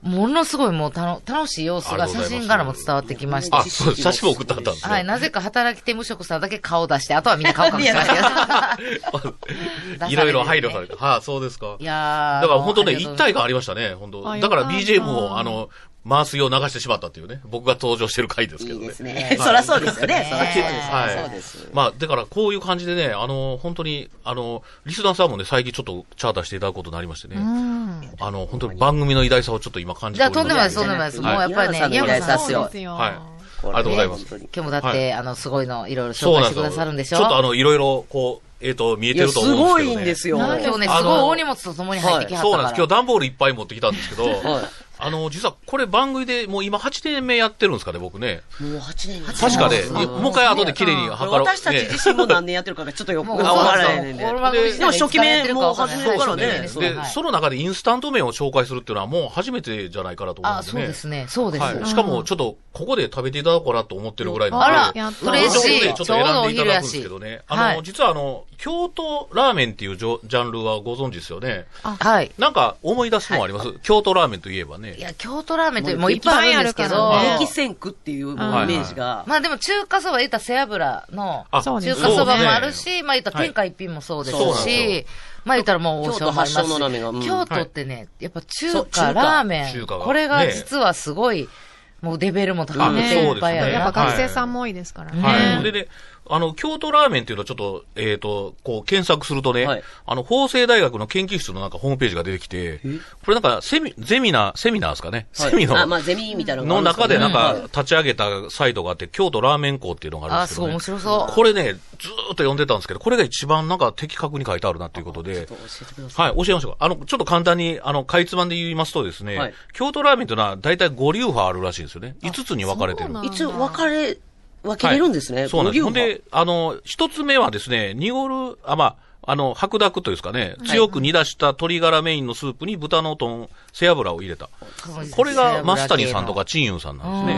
Speaker 4: ものすごいもうたの楽しい様子が写真からも伝わってきました
Speaker 6: あ、
Speaker 3: [laughs]
Speaker 4: し、
Speaker 6: そうです。写真も送ってはったんですね
Speaker 4: はい、なぜか働き手無職さんだけ顔出して、あとはみんな顔隠してましたけど。
Speaker 6: いろいろ配慮されて。はい、そうですか。
Speaker 4: いやー
Speaker 6: だから本当ね、
Speaker 4: ありがとう
Speaker 6: 一
Speaker 4: ござい
Speaker 6: 体感ありましたね、本当
Speaker 5: あ
Speaker 6: だから
Speaker 5: よかった
Speaker 6: BGM を、あの、回すよう流してしまったっていうね、僕が登場してる回ですけ
Speaker 3: い
Speaker 6: ど
Speaker 3: い
Speaker 6: ね。
Speaker 3: ですね。そらそうですよね。そらそうです。
Speaker 6: はい
Speaker 3: そうです。
Speaker 6: まあ、だからこういう感じでね、あの、本当に、あの、リスナーさんもね、最近ちょっとチャーターしていただくことになりましてね、
Speaker 5: うん。
Speaker 6: あの、本当に番組の偉大さをちょっと今感じており
Speaker 4: い
Speaker 6: ます。
Speaker 4: やとんでもないとんでもないですもうやっぱりね
Speaker 3: はい
Speaker 4: 山
Speaker 3: 皆
Speaker 4: さ
Speaker 3: さ
Speaker 4: ん
Speaker 3: ん
Speaker 4: の
Speaker 3: の偉大さで
Speaker 4: 偉大さ
Speaker 5: そうですす
Speaker 3: よ。
Speaker 5: よ。
Speaker 6: はい。
Speaker 3: これ
Speaker 6: ありがとうございます
Speaker 3: 本当に
Speaker 4: 今日もだって、
Speaker 6: はい
Speaker 4: あの、すごいの、いろいろ
Speaker 6: そ
Speaker 4: 紹介
Speaker 6: うな
Speaker 4: し
Speaker 6: ん
Speaker 4: てく
Speaker 6: ですよ
Speaker 4: ださるんでしょ
Speaker 6: ちょっとあの、いろいろ、こう、えっ、と、見え
Speaker 3: い
Speaker 6: て
Speaker 3: や、
Speaker 6: ると思
Speaker 3: す
Speaker 6: うんです
Speaker 3: ご
Speaker 6: けど、ね。
Speaker 3: いんですよ。
Speaker 5: な
Speaker 4: 今
Speaker 5: んで
Speaker 4: 日ね、す
Speaker 6: あの
Speaker 4: ごい大荷物と共に入ってきはった
Speaker 6: そう
Speaker 4: か
Speaker 6: なん
Speaker 4: ら。
Speaker 6: です。今日段ボールいっぱい持ってきたんですけど、
Speaker 3: は
Speaker 6: あの、実はこれ番組でもう今8年目やってるんですかね、僕ね。
Speaker 3: い。もう8年
Speaker 6: 確かね、
Speaker 4: そうそうそう
Speaker 6: もう一回後で綺麗に測ろう。
Speaker 3: 私たち
Speaker 6: ね
Speaker 3: 自身も何年やってるかがちょっとよく
Speaker 4: も
Speaker 3: わ
Speaker 4: う、
Speaker 6: [laughs] あわ
Speaker 3: から
Speaker 6: ら
Speaker 3: へんねんで。
Speaker 6: でも
Speaker 3: 初期面もう始め
Speaker 6: そう
Speaker 3: て
Speaker 6: で
Speaker 3: か
Speaker 6: す
Speaker 3: ら
Speaker 6: ね。
Speaker 3: ね
Speaker 6: でその中でインスタント麺を紹介するっていうのはもう初めてじゃないかなと思うん
Speaker 4: あ、
Speaker 6: で
Speaker 4: そうです
Speaker 6: ね。
Speaker 4: ね。そうです。
Speaker 6: はい。しかも、ちょっと、ここで食べていただこうかなと思ってるぐらいなので。
Speaker 4: あ
Speaker 5: や
Speaker 4: ら
Speaker 5: っ、と
Speaker 4: 嬉しい。
Speaker 6: ちょっと
Speaker 4: ちょうど
Speaker 6: 選
Speaker 4: お
Speaker 6: んでいた
Speaker 4: 昼
Speaker 6: だ
Speaker 4: や
Speaker 6: くんです
Speaker 4: し
Speaker 6: けど。ね。
Speaker 4: は
Speaker 6: あ
Speaker 4: い
Speaker 6: の、実はあの、京都ラーメンっていうジョジャンルはご存知ですよね。
Speaker 4: はい。
Speaker 6: なんか思い出すのもあります。京都ラーメンといえばね
Speaker 4: い。や、京都ラーメンってもういっぱいあるんですけ
Speaker 5: も
Speaker 4: ど
Speaker 5: ういっぱいあるから、ね
Speaker 3: 激戦区っていうもうイメージが。
Speaker 4: まあでも中華そば言ったら背脂の、
Speaker 6: あ
Speaker 5: そうで
Speaker 4: 中
Speaker 5: す
Speaker 4: 華そば
Speaker 6: そうね
Speaker 4: もあるし、まあ言ったら天下一品もそうです
Speaker 3: はいそうなん
Speaker 6: です
Speaker 4: し、まあ言ったらもう王将もありま
Speaker 3: 京都発祥
Speaker 4: す
Speaker 3: のラーメンがうん
Speaker 4: し、京都ってね、やっぱ
Speaker 3: そ
Speaker 4: 中
Speaker 3: う中華
Speaker 4: 華ラーメン、
Speaker 6: 中華が
Speaker 4: これが
Speaker 6: ね
Speaker 4: 実はすごい、もうレベルも高く
Speaker 6: あ
Speaker 4: て
Speaker 6: そうですね
Speaker 4: いっぱいある
Speaker 5: や
Speaker 4: な
Speaker 5: っぱ学生さんも多いですからね。
Speaker 6: はい。でね、あの、京都ラーメンっていうのはちょっと、えっ、と、こう、検索するとね、
Speaker 3: はい
Speaker 6: あの、法政大学の研究室のなんかホームページが出てきて、これなんか、セミ、ゼミナー、セミナーですかね、セミの、
Speaker 3: あ、まあゼミみたいな
Speaker 6: の中でなん
Speaker 3: は
Speaker 6: か
Speaker 3: い、
Speaker 6: 立ち上げたサイトがあって、京都ラーメン校っていうのがあるん
Speaker 4: あ、
Speaker 6: ですすけ
Speaker 4: ごい
Speaker 6: ど、ね。
Speaker 4: 面白そう。
Speaker 6: これね、ずーっと読んでたんですけど、これが一番なんか的確に書いてあるなっていうことで、
Speaker 3: 教えてください。
Speaker 6: はい、教えましょうか。あの、ちょっと簡単に、あの、かいつまんで言いますとですね、
Speaker 3: はい
Speaker 6: 京都ラーメンというのは大体5流派あるらしいんですよね。5つに分かれてる
Speaker 5: そうなん。
Speaker 3: 一応分かれ、分けれるんですね。
Speaker 6: はいそうなんです。
Speaker 3: 五
Speaker 6: ほん
Speaker 3: 流派
Speaker 6: で、あの、一つ目はですね、濁る、あ、まあ、あの、白濁というんですかね、強く煮出した鶏ガラメインのスープに豚の豚、背脂を入れた。これがマスタニさんとかチンユンさんなんで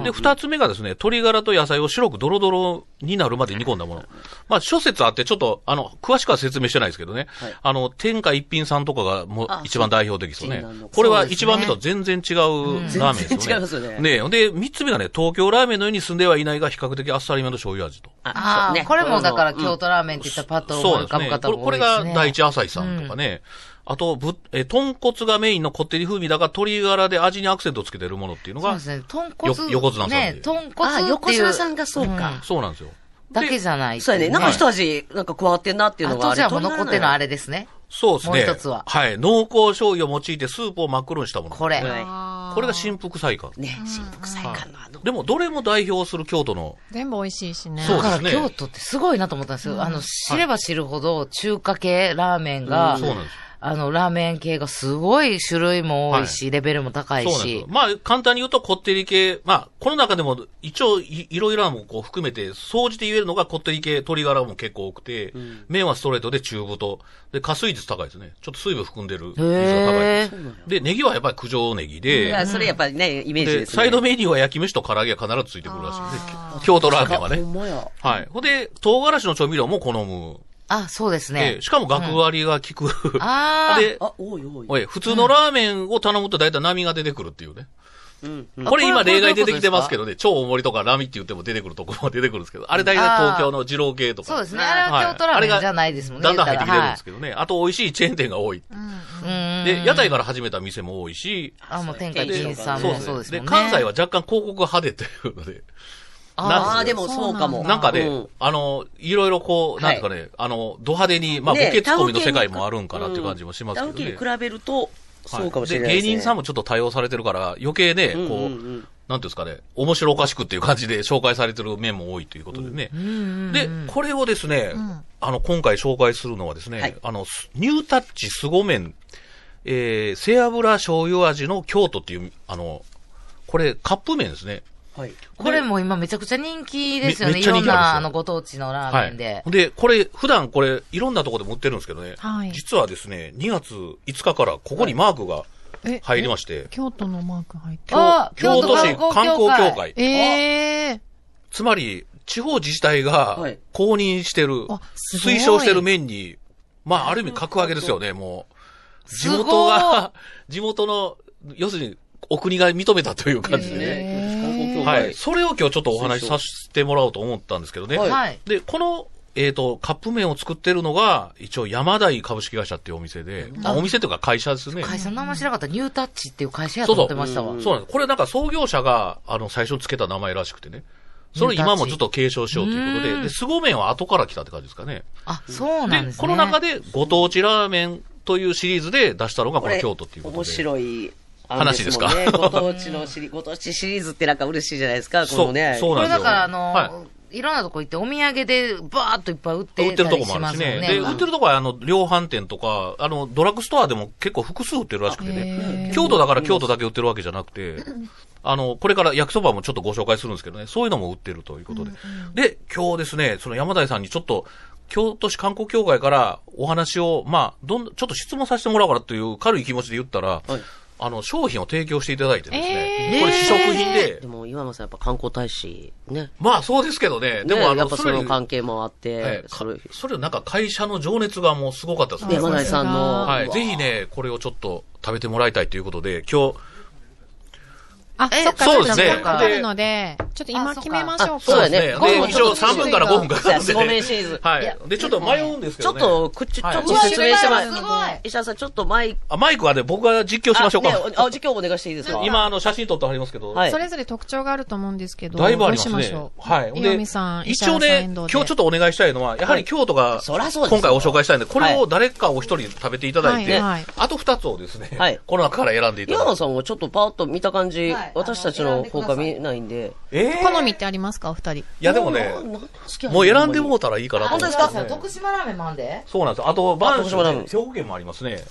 Speaker 6: すね。で、二つ目がですね、鶏ガラと野菜を白くドロドロになるまで煮込んだもの。まあ、諸説あって、ちょっと、あの、詳しくは説明してないですけどね。
Speaker 3: はい
Speaker 6: あの、天下一品さんとかがもう
Speaker 3: あ
Speaker 6: 一番代表的ですよね
Speaker 3: そうなんだ。
Speaker 6: これ
Speaker 4: そ
Speaker 6: は
Speaker 4: うですね
Speaker 6: 一番目とは全然違うラーメ
Speaker 3: 全
Speaker 6: ンです
Speaker 3: 然違
Speaker 6: よ
Speaker 3: い
Speaker 6: ね。
Speaker 3: ますよね
Speaker 6: ねで、三つ目がね、東京ラーメンのように住んではいないが、比較的あっさりめの醤油味と。
Speaker 4: ああ、これもだから
Speaker 3: 今
Speaker 4: 京
Speaker 3: 日
Speaker 4: 都ラーメンって言ったらパッと
Speaker 6: そ
Speaker 4: 思
Speaker 6: う
Speaker 4: い浮
Speaker 6: です
Speaker 4: かぶ
Speaker 6: ね。
Speaker 4: 方
Speaker 6: これ
Speaker 4: も多
Speaker 6: これ
Speaker 4: いですね。
Speaker 6: が第一朝日さんとかね。あと、ぶ、えー、豚骨がメインのこってり風味だが、鶏ガラで味にアクセントつけてるものっていうの
Speaker 4: そう
Speaker 6: が、
Speaker 4: で
Speaker 6: そう
Speaker 4: すね。豚骨。
Speaker 6: よ横綱さんで
Speaker 4: ね、豚骨って
Speaker 3: あ
Speaker 4: い
Speaker 3: あ、
Speaker 4: う。
Speaker 3: 横綱さんがそうか。
Speaker 6: なんですよ。
Speaker 4: だけ
Speaker 6: で
Speaker 4: じゃない。
Speaker 3: そうやね。なんか一味、なんか加わってんなっていう
Speaker 4: あ
Speaker 3: の
Speaker 4: と
Speaker 3: があ
Speaker 4: じ
Speaker 3: れ。
Speaker 4: ゃあもう残ってるのあれですね。
Speaker 6: そうですね。。
Speaker 4: もう一つはい
Speaker 6: 濃厚醤油を用いてスープを真っ黒にしたもの。
Speaker 4: こ
Speaker 6: こ
Speaker 4: れ。
Speaker 3: は
Speaker 6: れが新福祭館
Speaker 3: い。。ね、新福祭館のあの。
Speaker 6: でも、どれも代表する京都の、
Speaker 5: 全部美味しいしね。
Speaker 6: そう
Speaker 4: だか
Speaker 6: です
Speaker 4: ら
Speaker 6: ね
Speaker 4: 京都ってすごいなと思ったんですよ。あの、知れば知るほど中華系ラーメンが、
Speaker 6: そうなんですよ
Speaker 4: あの、ラーメン系がすごい種類も多いし、レベルも高い
Speaker 6: そうなんです
Speaker 4: し
Speaker 6: よ。。まあ、簡単に言うと、こってり系、まあ、この中でも、一応い、いろいろなものをこう含めて、総じて言えるのが、こってり系、鶏ガラも結構多くて、麺はストレートで中太。で、加水率高いですね。ちょっと水分含んでる率が高いです。で、ネギはやっぱり九条ネギで、
Speaker 3: いや、それやっぱりね、イメージ
Speaker 6: で、
Speaker 3: ですね。
Speaker 6: サイドメニューは焼き飯と唐揚げが必ずついてくるらしいんで、京都ラーメンは
Speaker 3: ほん
Speaker 6: ね。
Speaker 3: まや。
Speaker 6: はい。ほんで、唐辛子の調味料も好む。
Speaker 4: あ、そうですね。
Speaker 6: で、しかも学割が効く。 [laughs]
Speaker 4: あー
Speaker 6: で、
Speaker 3: あ、多い多い。
Speaker 6: おい、普通のラーメンを頼むと大体波が出てくるっていうね。
Speaker 3: うん。
Speaker 6: これ今
Speaker 4: これ
Speaker 6: 例外出てきてますけどね、超大盛りとか波って言っても出てくるところも出てくるんですけど、あれ大体東京の二郎系とか。
Speaker 4: そうですね。あれは
Speaker 6: はい
Speaker 4: 京都ラーメンじゃないですもんね。
Speaker 6: だんだん入ってきてるん
Speaker 4: 言
Speaker 6: で
Speaker 4: っ
Speaker 6: すけどね。あと美味しいチェーン店が多い。
Speaker 4: たらはいうん。
Speaker 6: で、屋台から始めた店も多いし、
Speaker 4: あ、もう天下一品さん
Speaker 6: そう
Speaker 4: も
Speaker 6: で
Speaker 4: そうですすもん
Speaker 6: ね。で、
Speaker 4: ね。
Speaker 6: 関西は若干広告派手というので、
Speaker 4: あ
Speaker 3: ああ、でもそうかも。
Speaker 6: なんかね、
Speaker 3: うん
Speaker 6: あの、いろいろこう、なんていうかね、あの、ド派手に、まあ、ボ
Speaker 3: ね
Speaker 6: ケツッコミの世界もあるんかなっていう感じもしますけど
Speaker 3: 短期
Speaker 6: ね。
Speaker 3: に比べると、そうかもしれない
Speaker 6: で
Speaker 3: です、ね
Speaker 6: 芸人さんもちょっと対応されてるから、余計ね、こう、
Speaker 3: うんうんうん
Speaker 6: なんていうんですかね、面白おかしくっていう感じで紹介されてる面も多いということでね。で、これをですね、あの、今回紹介するのはですね、
Speaker 3: はい
Speaker 6: あの、すニュータッチ凄麺、えー、背脂醤油味の京都っていう、あの、これ、カップ麺ですね。
Speaker 3: はい。
Speaker 4: これも今めちゃくちゃ人気ですよ
Speaker 6: め
Speaker 4: ね。
Speaker 6: めっ
Speaker 4: い
Speaker 6: ちゃ
Speaker 4: ろ
Speaker 6: 人気なん
Speaker 4: ん
Speaker 6: ですよ
Speaker 4: な、あの、ご当地のラーメンで。
Speaker 6: はい、で、これ、普段これ、いろんなところで持ってるんですけどね、
Speaker 5: はい
Speaker 6: 実はですね、2月5日からここにマークが
Speaker 5: え
Speaker 6: 入りまして、
Speaker 5: 京都のマーク入ってる。
Speaker 4: あ
Speaker 6: 京都市観光協会、
Speaker 5: ええ
Speaker 6: つまり、地方自治体が
Speaker 3: はい
Speaker 6: 公認してる、
Speaker 5: あすごい
Speaker 6: 推奨してる面に、まあ、ある意味格上げですよね、もう。地
Speaker 4: ごい
Speaker 6: 元が、 [laughs] 地元の、要するに、お国が認めたという感じでね。
Speaker 3: 観光協
Speaker 6: は
Speaker 3: 会。
Speaker 6: い。それを今日ちょっとお話しさせてもらおうと思ったんですけどね。
Speaker 3: はい
Speaker 4: はい。
Speaker 6: で、この、えっ、と、カップ麺を作ってるのが、一応、山台株式会社っていうお店で、あお店というか会社ですね。
Speaker 4: 会社の名前知らなかった。ニュータッチっていう会社やと思ってましたわ。
Speaker 6: そうなんです。これなんか創業者が、あの、最初につけた名前らしくてね。それを今もずっと継承しようということ
Speaker 4: うん
Speaker 6: で、で、凄麺は後から来たって感じですかね。
Speaker 4: あ、そうなん
Speaker 6: で
Speaker 4: ですね。
Speaker 6: この中
Speaker 4: で。
Speaker 6: で、ご当地ラーメンというシリーズで出したのが、この京都っていうことで。
Speaker 3: 面白い。
Speaker 6: 話ですか
Speaker 3: ご当地のシリ、ご当地シリーズってなんか嬉しいじゃないですか、こ
Speaker 6: そ
Speaker 3: の
Speaker 6: う、
Speaker 3: ね。
Speaker 6: そう
Speaker 4: こ
Speaker 6: なん
Speaker 4: れ
Speaker 6: ですよ。
Speaker 4: だから、あの、
Speaker 6: はい
Speaker 4: い、ろんなとこ行ってお土産でバーっといっぱい売って
Speaker 6: 売ってる
Speaker 4: た
Speaker 6: と
Speaker 4: り
Speaker 6: こも
Speaker 4: し
Speaker 6: あ
Speaker 4: ま
Speaker 6: る
Speaker 4: す
Speaker 6: し
Speaker 4: もん
Speaker 6: ね。
Speaker 4: ね。
Speaker 6: で、
Speaker 4: まあ
Speaker 6: 売ってるとこは、あの、量販店とか、あの、ドラッグストアでも結構複数売ってるらしくて
Speaker 5: へ
Speaker 6: ね
Speaker 5: ー。
Speaker 6: 京都だから京都だけ売ってるわけじゃなくて、あの、これから焼きそばもちょっとご紹介するんですけどね、そういうのも売ってるということで。で、今日ですね、その山台さんにちょっと、京都市観光協会からお話を、まあ、どん、ちょっと質問させてもらおうかなという軽い気持ちで言ったら、
Speaker 3: はい
Speaker 6: あの、商品を提供していただいてですね、
Speaker 5: えー
Speaker 6: これ試食品で
Speaker 3: で、も、岩間さんやっぱ観光大使、ね。
Speaker 6: まあそうですけどね、で
Speaker 3: で
Speaker 6: も
Speaker 3: も、や
Speaker 6: あ
Speaker 3: っ
Speaker 6: の、
Speaker 3: ぱ
Speaker 6: そ
Speaker 3: そ
Speaker 6: れ
Speaker 3: の、関係もあって
Speaker 6: え、え
Speaker 3: それ、
Speaker 6: それなんか会社の情熱がもうすごかったですね。
Speaker 3: 山内さんの、
Speaker 6: はい。ぜひね、これをちょっと食べてもらいたいということで、今日、
Speaker 5: あ、
Speaker 4: え
Speaker 5: そっか、ち
Speaker 6: そ
Speaker 5: ょ
Speaker 6: う
Speaker 5: っと
Speaker 6: です
Speaker 5: 時
Speaker 6: ね
Speaker 5: 間かかるので、ちょっと今
Speaker 4: あそっか
Speaker 5: 決めましょうか。
Speaker 3: そうやね
Speaker 6: で
Speaker 3: 五分
Speaker 6: 一応
Speaker 5: ちょっと
Speaker 6: 3分から5分かかるん
Speaker 3: そ
Speaker 6: で、
Speaker 3: うやごめんシリーズ
Speaker 6: はい
Speaker 3: や
Speaker 6: い。で、ちょっと迷うんですけ
Speaker 3: ちょ
Speaker 6: ど
Speaker 3: っ
Speaker 6: ね。
Speaker 3: と、口、ちょ
Speaker 6: はい
Speaker 3: っと説明してもら
Speaker 4: すごい
Speaker 3: 石田さん、ちょっとマイク、
Speaker 6: あ、マイクはね、僕が実況しましょうか。
Speaker 3: あねおあ、実況お願いしていいですか
Speaker 6: 今、あの、写真撮ってありますけど、
Speaker 3: はい
Speaker 5: それぞれ特徴があると思うんですけど、
Speaker 6: だいぶあります
Speaker 5: どう
Speaker 6: ね。
Speaker 5: しましょう。
Speaker 6: はい。
Speaker 5: 岩見さん、石
Speaker 6: 一
Speaker 5: 原さ
Speaker 6: 応
Speaker 5: ん、
Speaker 6: ね、
Speaker 5: 遠藤
Speaker 6: 今
Speaker 5: で
Speaker 6: 日ちょっとお願いしたいのは、やは
Speaker 3: は
Speaker 6: り
Speaker 3: い
Speaker 6: 京都が、
Speaker 3: そら
Speaker 6: 今
Speaker 3: そうですよ
Speaker 6: 回ご紹介したいんで、これ
Speaker 3: は
Speaker 6: を
Speaker 3: い
Speaker 6: 誰かお一人食べていただいて、
Speaker 5: はいはい
Speaker 6: あと二つをですね、
Speaker 3: はい
Speaker 6: この中から選んでいた
Speaker 3: 岩
Speaker 6: だ
Speaker 3: 間
Speaker 6: いて。
Speaker 3: さんもちょっとパーッと見た感じ、
Speaker 4: はい
Speaker 3: 私たち
Speaker 4: あ
Speaker 3: の
Speaker 4: の選
Speaker 3: 方が
Speaker 4: んでください
Speaker 3: 見えないんで。
Speaker 6: えー
Speaker 5: 好みってありますか、お二人。
Speaker 6: いや、でもね、もう選んでもうたらいいかなと思
Speaker 4: 本
Speaker 6: っ
Speaker 4: 当
Speaker 6: て
Speaker 4: ですか徳島ラーメンもあんで
Speaker 6: そうなんです。あと、
Speaker 3: あ
Speaker 6: 晩
Speaker 3: 徳島ラーメ
Speaker 6: 秋、
Speaker 3: ン
Speaker 6: 兵庫県もありますね。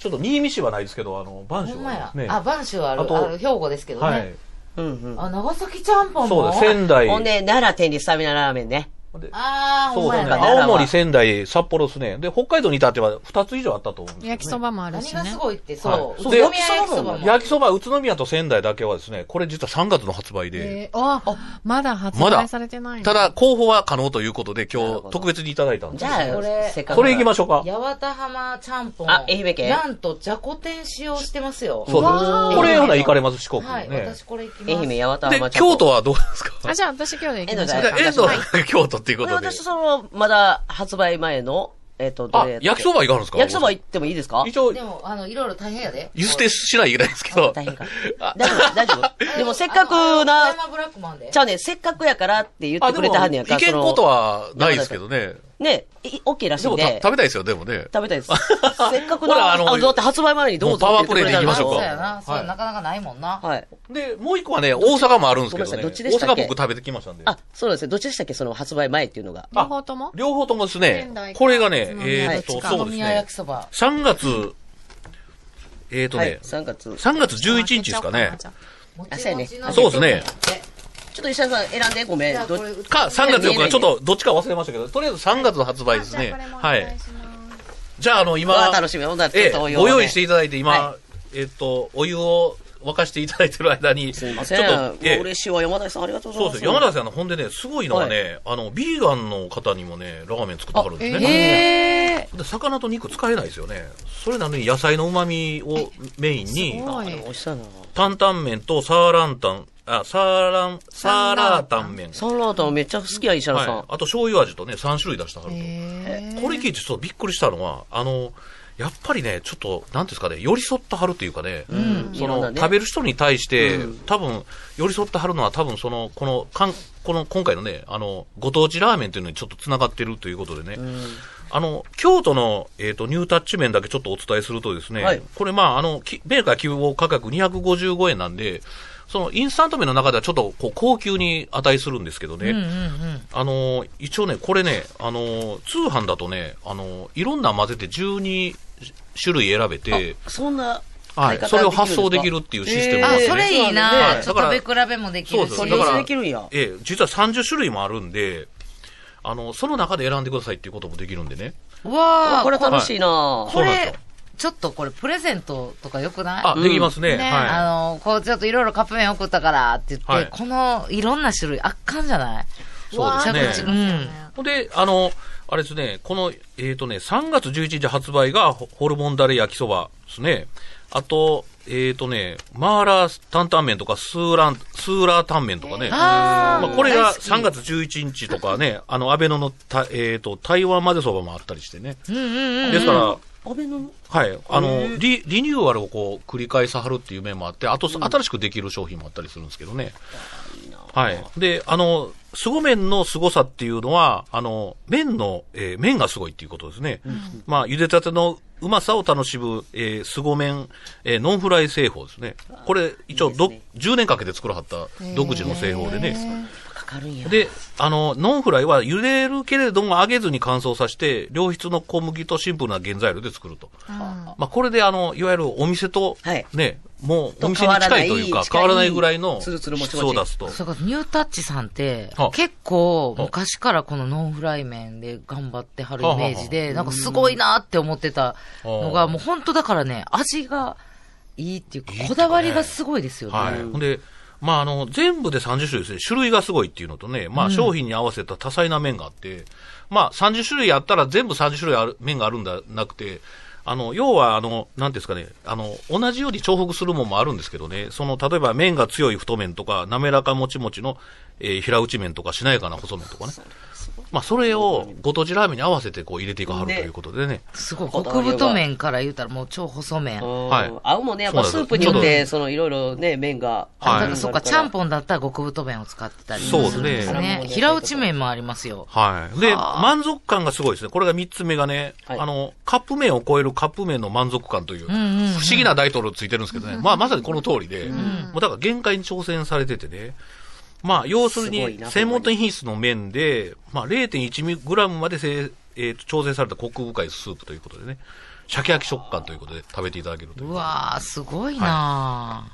Speaker 6: ちょっと新見市はないですけど、あの、晩
Speaker 4: ほ
Speaker 6: 秋
Speaker 4: ん
Speaker 6: は
Speaker 4: ま
Speaker 6: ありま
Speaker 4: や
Speaker 6: すね。。
Speaker 4: あ、播州はある
Speaker 6: あと
Speaker 4: ある。兵庫ですけどね。
Speaker 6: はい。
Speaker 3: うんうん。
Speaker 4: あ、長崎ちゃんぽん
Speaker 6: そう
Speaker 4: も
Speaker 6: です。仙台。
Speaker 3: ほんで、奈良天理スタミナラーメンね。
Speaker 6: で
Speaker 4: ああ、
Speaker 6: そうですね。
Speaker 4: ほんまやな
Speaker 6: 青森、仙台、札幌ですね。で、北海道に至っては2つ以上あったと思うんですよね
Speaker 5: 焼きそばもある
Speaker 4: 何
Speaker 5: しね
Speaker 4: が。すごいって、
Speaker 6: は
Speaker 4: そ。宇都
Speaker 6: いうそう
Speaker 4: 宮焼きそばも。
Speaker 6: 焼きそば、宇都宮と仙台だけはですね、これ実は3月の発売で、
Speaker 5: えー、あまだ発
Speaker 6: まだ
Speaker 5: 売されてないの
Speaker 6: た、だ、候補は可能ということ
Speaker 3: な
Speaker 6: で、
Speaker 3: る
Speaker 6: 今
Speaker 3: ほ
Speaker 6: 日
Speaker 3: ど
Speaker 6: 特別にいただいたんで
Speaker 3: じ。ゃあ、
Speaker 4: これ
Speaker 3: せっかく
Speaker 6: これ行きましょうか。
Speaker 4: 八幡浜ちゃんぽん。
Speaker 3: あ愛媛県
Speaker 4: なんと、じゃこ天使用してますよ。
Speaker 6: そう
Speaker 5: わ
Speaker 6: で
Speaker 5: ー
Speaker 6: す。これ、ほな、行かれます、四国
Speaker 4: はい、
Speaker 6: ね。
Speaker 4: 私これ行き
Speaker 3: 愛
Speaker 4: ます。
Speaker 3: 媛、八幡
Speaker 6: で
Speaker 3: 浜、
Speaker 6: 京都はどうですか
Speaker 5: あ、じゃあ私今日で行きましょ
Speaker 3: えの
Speaker 5: うか
Speaker 3: だ。
Speaker 6: 遠藤が京都っていうこ
Speaker 3: これ
Speaker 6: とで。
Speaker 3: 私、その、まだ発売前の、えっと、ど
Speaker 6: あ
Speaker 3: れやっ、け
Speaker 6: 焼きそば行かはるんですか
Speaker 3: 焼きそば行ってもいいですか
Speaker 6: 一応
Speaker 4: で、も、あの、いろいろ大変やで。
Speaker 6: 湯捨てしないといけないんですけ
Speaker 3: あ
Speaker 6: ど。
Speaker 3: 大変か
Speaker 6: あ。
Speaker 3: 大丈夫、大丈
Speaker 6: [laughs]
Speaker 3: 夫。でもせっかく
Speaker 4: あのあの青
Speaker 3: な、
Speaker 4: 山ブラックマンで
Speaker 3: ち。ゃうね、せっかくやからって言ってくれてはんねやんか
Speaker 6: あ
Speaker 3: ら。
Speaker 6: でも行けんことはないですけどね。
Speaker 3: その。ね、い OK らし
Speaker 6: で
Speaker 3: いん
Speaker 6: もた
Speaker 3: で
Speaker 6: 食。べたいですよ、でもね。
Speaker 3: 食べたいです。
Speaker 6: [laughs]
Speaker 3: せっかく
Speaker 6: ほら
Speaker 3: な、
Speaker 6: あ
Speaker 3: あ
Speaker 6: の
Speaker 3: の、だって発売前にどうぞって言ってくれたん
Speaker 6: もうパワープレイで行きましょう
Speaker 4: そう
Speaker 6: か
Speaker 4: やな。そう
Speaker 6: はい
Speaker 4: なかなかないもんな。
Speaker 3: はい。
Speaker 6: で、もう一個はね、大阪もあるんですけど
Speaker 3: ごめんなさい
Speaker 6: ね。
Speaker 3: どっち
Speaker 6: 大
Speaker 3: でしたっけ
Speaker 6: 阪僕食べてきましたんで。
Speaker 3: あ、そうなんですね。どっちでしたっけその発売前っていうのが。
Speaker 5: 両方とも
Speaker 6: 両方ともです
Speaker 5: 仙
Speaker 6: ね
Speaker 5: 台、か
Speaker 6: これがね
Speaker 5: 宇、都宮
Speaker 6: えーっと、
Speaker 5: どっちか
Speaker 6: そ
Speaker 4: 宇
Speaker 6: う
Speaker 4: 都
Speaker 6: です
Speaker 4: 宮
Speaker 6: ね
Speaker 4: 焼き。そば。
Speaker 6: 3月、えーっと
Speaker 3: はい
Speaker 6: ね。、
Speaker 3: 3月。ちょ
Speaker 6: 3月11日ですかね。
Speaker 4: もち
Speaker 3: あそうやね
Speaker 4: もちの
Speaker 6: そうですね
Speaker 3: っと石田さん選んで、ごめ
Speaker 4: じゃあ
Speaker 3: ん。
Speaker 4: こ
Speaker 3: ど
Speaker 4: れ、う
Speaker 6: か、3月4
Speaker 3: 見えな
Speaker 6: 日、
Speaker 3: い
Speaker 6: ちょっとどっちか忘れましたけど、とりあえず3月の発売ですね。はい。じゃあ、あの、今、
Speaker 3: わあ楽しみ。ほんならちょっ
Speaker 6: え
Speaker 3: とお
Speaker 6: え、
Speaker 3: 湯を
Speaker 6: ご
Speaker 3: ね
Speaker 6: 用意していただいて、
Speaker 3: は
Speaker 6: 今、えっと、お湯を沸かしていただいてる間に、
Speaker 3: すいま
Speaker 6: ち
Speaker 3: せ
Speaker 6: ょ
Speaker 3: ん。
Speaker 6: っ
Speaker 3: も
Speaker 6: と
Speaker 3: う、
Speaker 6: ええ
Speaker 3: 嬉しいわ。山田さん、ありがとうござ
Speaker 6: そ
Speaker 3: いうま。
Speaker 6: ですすよ。山田さん、あの、ほんでね、すごいのはね、あの、ビーガンの方にもね、ラーメン作ってはるんですね。
Speaker 5: え
Speaker 6: で魚と肉使えないですよね。それなのに野菜の旨味をメインに
Speaker 5: す、ごい
Speaker 3: 美味しそうやな。
Speaker 6: 担々麺とサーランタン、あ、サーラン、サーラータン麺。
Speaker 3: サラダめっちゃ好きや、石原さ
Speaker 6: はい
Speaker 3: ん。。
Speaker 6: あと醤油味とね、3種類出してはると。これ聞いてちょっとびっくりしたのは、あの、やっぱりね、ちょっと、なんていうんですかね、寄り添ってはるというかね、そ
Speaker 3: いろんな
Speaker 6: の、
Speaker 3: ね
Speaker 6: 食べる人に対して、
Speaker 3: うん
Speaker 6: 多分、寄り添ってはるのは、多分、その、この、かん、この、今回のね、あの、ご当地ラーメンというのにちょっと繋がってるということでね、あの、京都の、えっ、と、ニュータッチ麺だけちょっとお伝えするとですね、
Speaker 3: はい
Speaker 6: これ、まあ、あの、きメーカー希望価格255円なんで、その、インスタント麺の中ではちょっと、こう、高級に値するんですけどね、
Speaker 4: んうんうん。
Speaker 6: あのー一応ね、これね、あのー通販だとね、あのーいろんな混ぜて12種類選べて、
Speaker 3: そんな、
Speaker 6: は
Speaker 3: 買い
Speaker 6: い、
Speaker 3: 方
Speaker 6: それ
Speaker 3: でき
Speaker 6: を
Speaker 3: るんですか
Speaker 6: 発送できるっていうシステム
Speaker 4: あ
Speaker 6: な、ん
Speaker 3: え
Speaker 6: で
Speaker 3: ー
Speaker 4: そ
Speaker 6: ね。
Speaker 4: れいい
Speaker 3: は
Speaker 4: な。
Speaker 6: い
Speaker 4: ちょっと食べ比べもできるし。
Speaker 6: そ
Speaker 3: そうう
Speaker 6: でだすから
Speaker 3: できるんや。
Speaker 6: ええ実は30種類もあるんで、あの、その中で選んでくださいっていうこともできるんでね。
Speaker 4: うわ
Speaker 3: あ
Speaker 4: あ、
Speaker 3: こ
Speaker 4: こ
Speaker 3: れ
Speaker 4: れ、
Speaker 3: 楽しいな
Speaker 6: そうなんですよ
Speaker 4: ちょっとこれプレゼントとかよくない
Speaker 6: あ、
Speaker 3: うん
Speaker 6: できますね。
Speaker 5: ね
Speaker 6: は
Speaker 4: あの、こうちょっといろいろカップ麺送ったからって言って、
Speaker 6: はい
Speaker 4: このいろんな種類、圧巻じゃない
Speaker 6: い。そうで
Speaker 4: 着
Speaker 6: す
Speaker 4: 地
Speaker 6: ね。
Speaker 4: うん。
Speaker 6: ほんで、あの、あれですね、この、えっ、とね、3月11日発売がホホルモンダレ焼きそばですね。あと、えっ、とね、マーラー担々麺とかスーラン、スーラータンメンとかね。
Speaker 4: あ
Speaker 6: まあ、
Speaker 4: あ、
Speaker 6: これが
Speaker 4: 大好き
Speaker 6: 3。月11日とかね、あの、安倍野のた、えっ、と、台湾まぜそばもあったりしてね。
Speaker 4: うんうんうん。
Speaker 6: ですから、
Speaker 3: 安倍の、
Speaker 6: はい、あの、リ、リニューアルをこう、繰り返さはるっていう面もあって、あと、新しくできる商品もあったりするんですけどね。はい。で、あの、凄麺の凄さっていうのは、あの、麺の、えー麺がすごいっていうことですね。まあ、茹でたてのうまさを楽しむ、えー、凄麺、えーノンフライ製法ですね。これ、一応ど、
Speaker 3: いいで
Speaker 6: 10年かけて作らはった独自の製法でね。
Speaker 3: かかるんや。
Speaker 6: で、あの、ノンフライは茹でるけれども揚げずに乾燥させて、良質の小麦とシンプルな原材料で作ると。まあ、これで、あの、いわゆるお店と、
Speaker 3: はい
Speaker 6: ね、もうお
Speaker 3: と
Speaker 6: 店に近いというか、変
Speaker 3: 変わら
Speaker 6: わらな
Speaker 3: ない
Speaker 6: いぐらい
Speaker 3: 近
Speaker 6: の
Speaker 3: い
Speaker 6: 質
Speaker 3: ツルツルもちもち
Speaker 6: を出すと。
Speaker 4: そうか、ニュータッチさんって
Speaker 6: はあ、
Speaker 4: 結構昔からこのノンフライ麺で頑張ってはるイメージで、なんかすごいなって思ってたの
Speaker 6: はあ
Speaker 4: が、もう本当だからね、味がいいっていうか、こだわりがすごいですよ
Speaker 6: はい。
Speaker 4: ね。
Speaker 6: ほんで、まあ、あの、全部で30種類ですね。種類がすごいっていうのとね、まあ、商品に合わせた多彩な面があって、まあ、30種類あったら全部30種類ある、面があるんだなくて、あの、要は、あの、なんていうんですかね、あの、同じように重複するもんもあるんですけどね、その、例えば麺が強い太麺とか、滑らかもちもちの、えー平打ち麺とか、しなやかな細麺とかね。まあ、それを、ご当地ラーメンに合わせて、こう、入れていかはるということでね。
Speaker 4: すごい。
Speaker 3: こだわ
Speaker 4: 極
Speaker 3: りは
Speaker 4: 太麺から言うたらもう超細麺。
Speaker 6: はい
Speaker 3: 合うもんね、やっぱスープによ
Speaker 6: そう
Speaker 3: っ
Speaker 6: なん
Speaker 3: て、そのいろいろね、麺が。
Speaker 6: は
Speaker 4: だ
Speaker 6: い
Speaker 4: からそっか、ちゃんぽんだったら極太麺を使ってたりするん
Speaker 6: そうで
Speaker 4: ですす
Speaker 3: ね
Speaker 4: ね。平打ち麺もありますよ。
Speaker 6: はい。で、満足感がすごいですね。これが三つ目がね、
Speaker 3: はい
Speaker 6: あの、カップ麺を超えるカップ麺の満足感という、不思議な大統領ついてるんですけどね。まあ、まさにこの通りで、もうだから限界に挑戦されててね。まあ、要する
Speaker 3: すごい
Speaker 6: に、
Speaker 3: な
Speaker 6: 専門店品質の麺で、まあ、0.1g までせ、えーと調整されたコク深いスープということでね、鮭焼き食感ということで食べていただけるという
Speaker 4: うわー、すごいな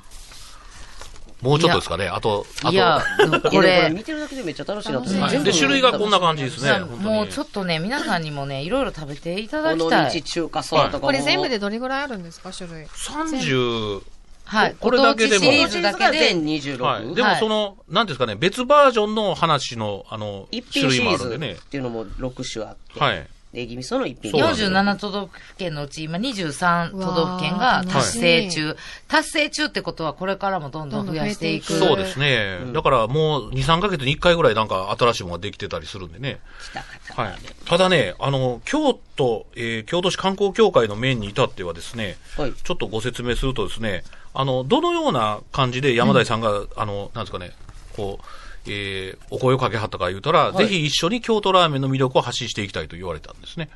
Speaker 6: もうちょっとですかね。あと、あと。
Speaker 4: いや、こ
Speaker 3: これ
Speaker 6: [laughs]
Speaker 4: れ、
Speaker 3: 見てるだけでめっちゃ楽しかった
Speaker 6: はい
Speaker 3: 全部
Speaker 6: で、種類がこんな感じですね。
Speaker 4: さ
Speaker 6: 本当に
Speaker 4: もうちょっとね、皆さんにもね、いろいろ食べていただ
Speaker 3: こ
Speaker 4: き
Speaker 3: の
Speaker 4: た
Speaker 3: 日
Speaker 4: い。
Speaker 3: 中華そばとかも
Speaker 7: これ全部でどれぐらいあるんですか、種類。
Speaker 6: 30、
Speaker 4: はい。
Speaker 6: これだけでも
Speaker 4: ご当地シリーズだけで、
Speaker 3: 全26、
Speaker 6: はい。で
Speaker 4: は
Speaker 6: も
Speaker 4: い
Speaker 6: その、なんていうんですかね、別バージョンの話の、あの、
Speaker 3: 一
Speaker 6: 種
Speaker 3: 品シ
Speaker 6: 類も
Speaker 3: リ
Speaker 6: あ
Speaker 3: ー
Speaker 6: るんで
Speaker 3: ズ
Speaker 6: ね
Speaker 3: っ。ていうのも6種あって、
Speaker 6: はい。
Speaker 3: でエギミソの一品
Speaker 6: そうなんですよ
Speaker 4: 47都道府県のうち、今23都道府県が達成中。達成中ってことは、これからもどんどん増やしていく。
Speaker 7: どんどん増えていく
Speaker 6: そうですね。だからもう2、3ヶ月に1回ぐらいなんか新しいものができてたりするんでね。
Speaker 3: 来た方
Speaker 6: はい。ただね、あの、京都、えー京都市観光協会の面に至ってはですね、
Speaker 3: はい
Speaker 6: ちょっとご説明するとですね、あの、どのような感じで山田井さんが、あの、なんですかね、こう、えーお声をかけはったか言うたら、ぜひ一緒に京都ラーメンの魅力を発信していきたいと言われたんですね。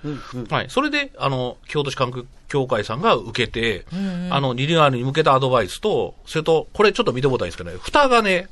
Speaker 6: はい。それで、あの、京都市観光協会さんが受けて、あの、リニューアルに向けたアドバイスと、それと、これちょっと見てもらったらいいんですけどね、蓋がね、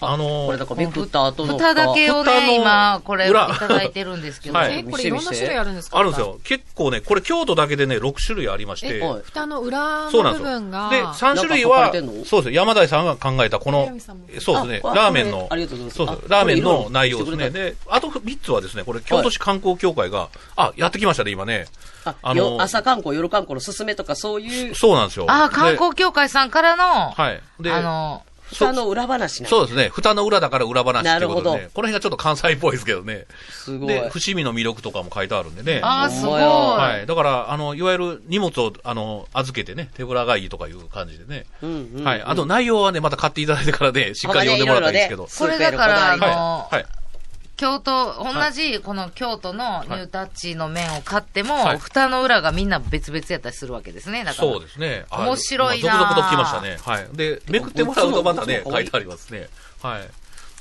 Speaker 6: あの、
Speaker 3: これだからめくった後の
Speaker 4: 蓋だけを
Speaker 6: 蓋の
Speaker 4: ね、今、これ、い
Speaker 6: 裏
Speaker 4: ただいてるんですけど、
Speaker 6: はい
Speaker 7: え、これいろんな種類あるんですか
Speaker 6: あるんです。よ。結構ね、これ京都だけでね、6種類ありまして。
Speaker 3: はい
Speaker 7: 蓋の裏
Speaker 6: そうな
Speaker 7: の部
Speaker 6: んですよ
Speaker 7: 分。が。
Speaker 6: で、3種類
Speaker 3: なんか
Speaker 6: は、
Speaker 3: 書かれてんの
Speaker 6: そうですよ。山田井さんが考えた、この
Speaker 7: 南さんも、
Speaker 6: えそうですね、
Speaker 3: ああ
Speaker 6: ラーメンの、
Speaker 3: ありがとうございます
Speaker 6: そうで
Speaker 3: あ
Speaker 6: すラーメンの内容
Speaker 3: こ
Speaker 6: で
Speaker 3: れい
Speaker 6: す
Speaker 3: ろい
Speaker 6: ね。
Speaker 3: ろ
Speaker 6: で、あと3つはですね、これ、京都市観光協会が、あ、やってきましたね、今ね。
Speaker 3: あ
Speaker 6: あの
Speaker 3: よ朝観光夜観光のすすめとかそういう
Speaker 6: そうなんですよ。
Speaker 4: あー、
Speaker 6: で
Speaker 4: 観光協会さんからの、
Speaker 6: はい。で、
Speaker 4: あの、
Speaker 3: 蓋の裏話なんだ
Speaker 6: そうですね。蓋の裏だから裏話っていうことで
Speaker 3: なるほ
Speaker 6: ね。この辺がちょっと関西っぽいですけどね。
Speaker 3: すごい
Speaker 6: で、伏見の魅力とかも書いてあるん [laughs] でね。
Speaker 4: あー、すごい。
Speaker 6: はい。だから、あの、いわゆる荷物を、あの、預けてね、手ぶらがいいとかいう感じでね。
Speaker 3: うんうん
Speaker 6: はい。あと、内容はね、また買っていただいてからで、しっかり読んでもらったらいいんですけど。
Speaker 4: これだから、あ
Speaker 3: スーパーのこだわり
Speaker 4: の
Speaker 6: はい。はい。
Speaker 4: 京都、同じこの京都のニュータッチの面を買っても、
Speaker 6: はい
Speaker 4: 蓋の裏がみんな別々やったりするわけですね、だから。
Speaker 6: そうですね。あ
Speaker 4: 面白いな
Speaker 6: まあ続々と来ましたね。はい。で、めくってもらうとまたね、書いてありますね。はい。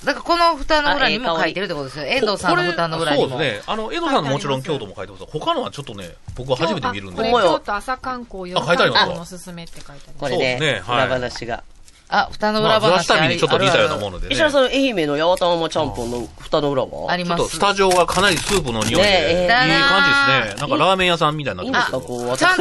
Speaker 4: だからこの蓋の裏にも書いてるってことですよ。遠藤さんの蓋の裏にも。
Speaker 6: そうですね。あの、江戸さんのもちろん京都も書いてます。他のはちょっとね、僕は初めて見るん
Speaker 7: こ
Speaker 6: で
Speaker 7: れ、。
Speaker 3: ほんまや
Speaker 7: 京都朝観光、夜
Speaker 6: あ書いてあり
Speaker 7: 観
Speaker 6: ます
Speaker 7: 光のおすすめって書いてあります。
Speaker 3: これね
Speaker 6: そうですねはい
Speaker 3: 裏話が
Speaker 4: あ、蓋の
Speaker 6: ま
Speaker 4: 裏
Speaker 6: あ、ずら
Speaker 4: 話
Speaker 6: した
Speaker 4: あ
Speaker 6: 身
Speaker 4: り
Speaker 6: にちょっと似たよう
Speaker 4: ある
Speaker 6: な
Speaker 4: あ
Speaker 6: も
Speaker 4: る
Speaker 6: のでね。
Speaker 3: 石
Speaker 6: ち
Speaker 3: 原
Speaker 6: ょっ
Speaker 3: さんの愛媛の八幡浜ちゃんぽんの蓋の裏は
Speaker 4: ありま
Speaker 6: と
Speaker 4: す
Speaker 6: ス。タジオがかなりスープの匂い
Speaker 3: ねえ
Speaker 6: で、いい
Speaker 4: だな
Speaker 6: 感じですね。なんかラーメン屋さんみたいにないっ
Speaker 3: いん
Speaker 6: て
Speaker 3: で
Speaker 6: ますすけ
Speaker 3: か
Speaker 6: ど
Speaker 3: こう私
Speaker 4: ちゃん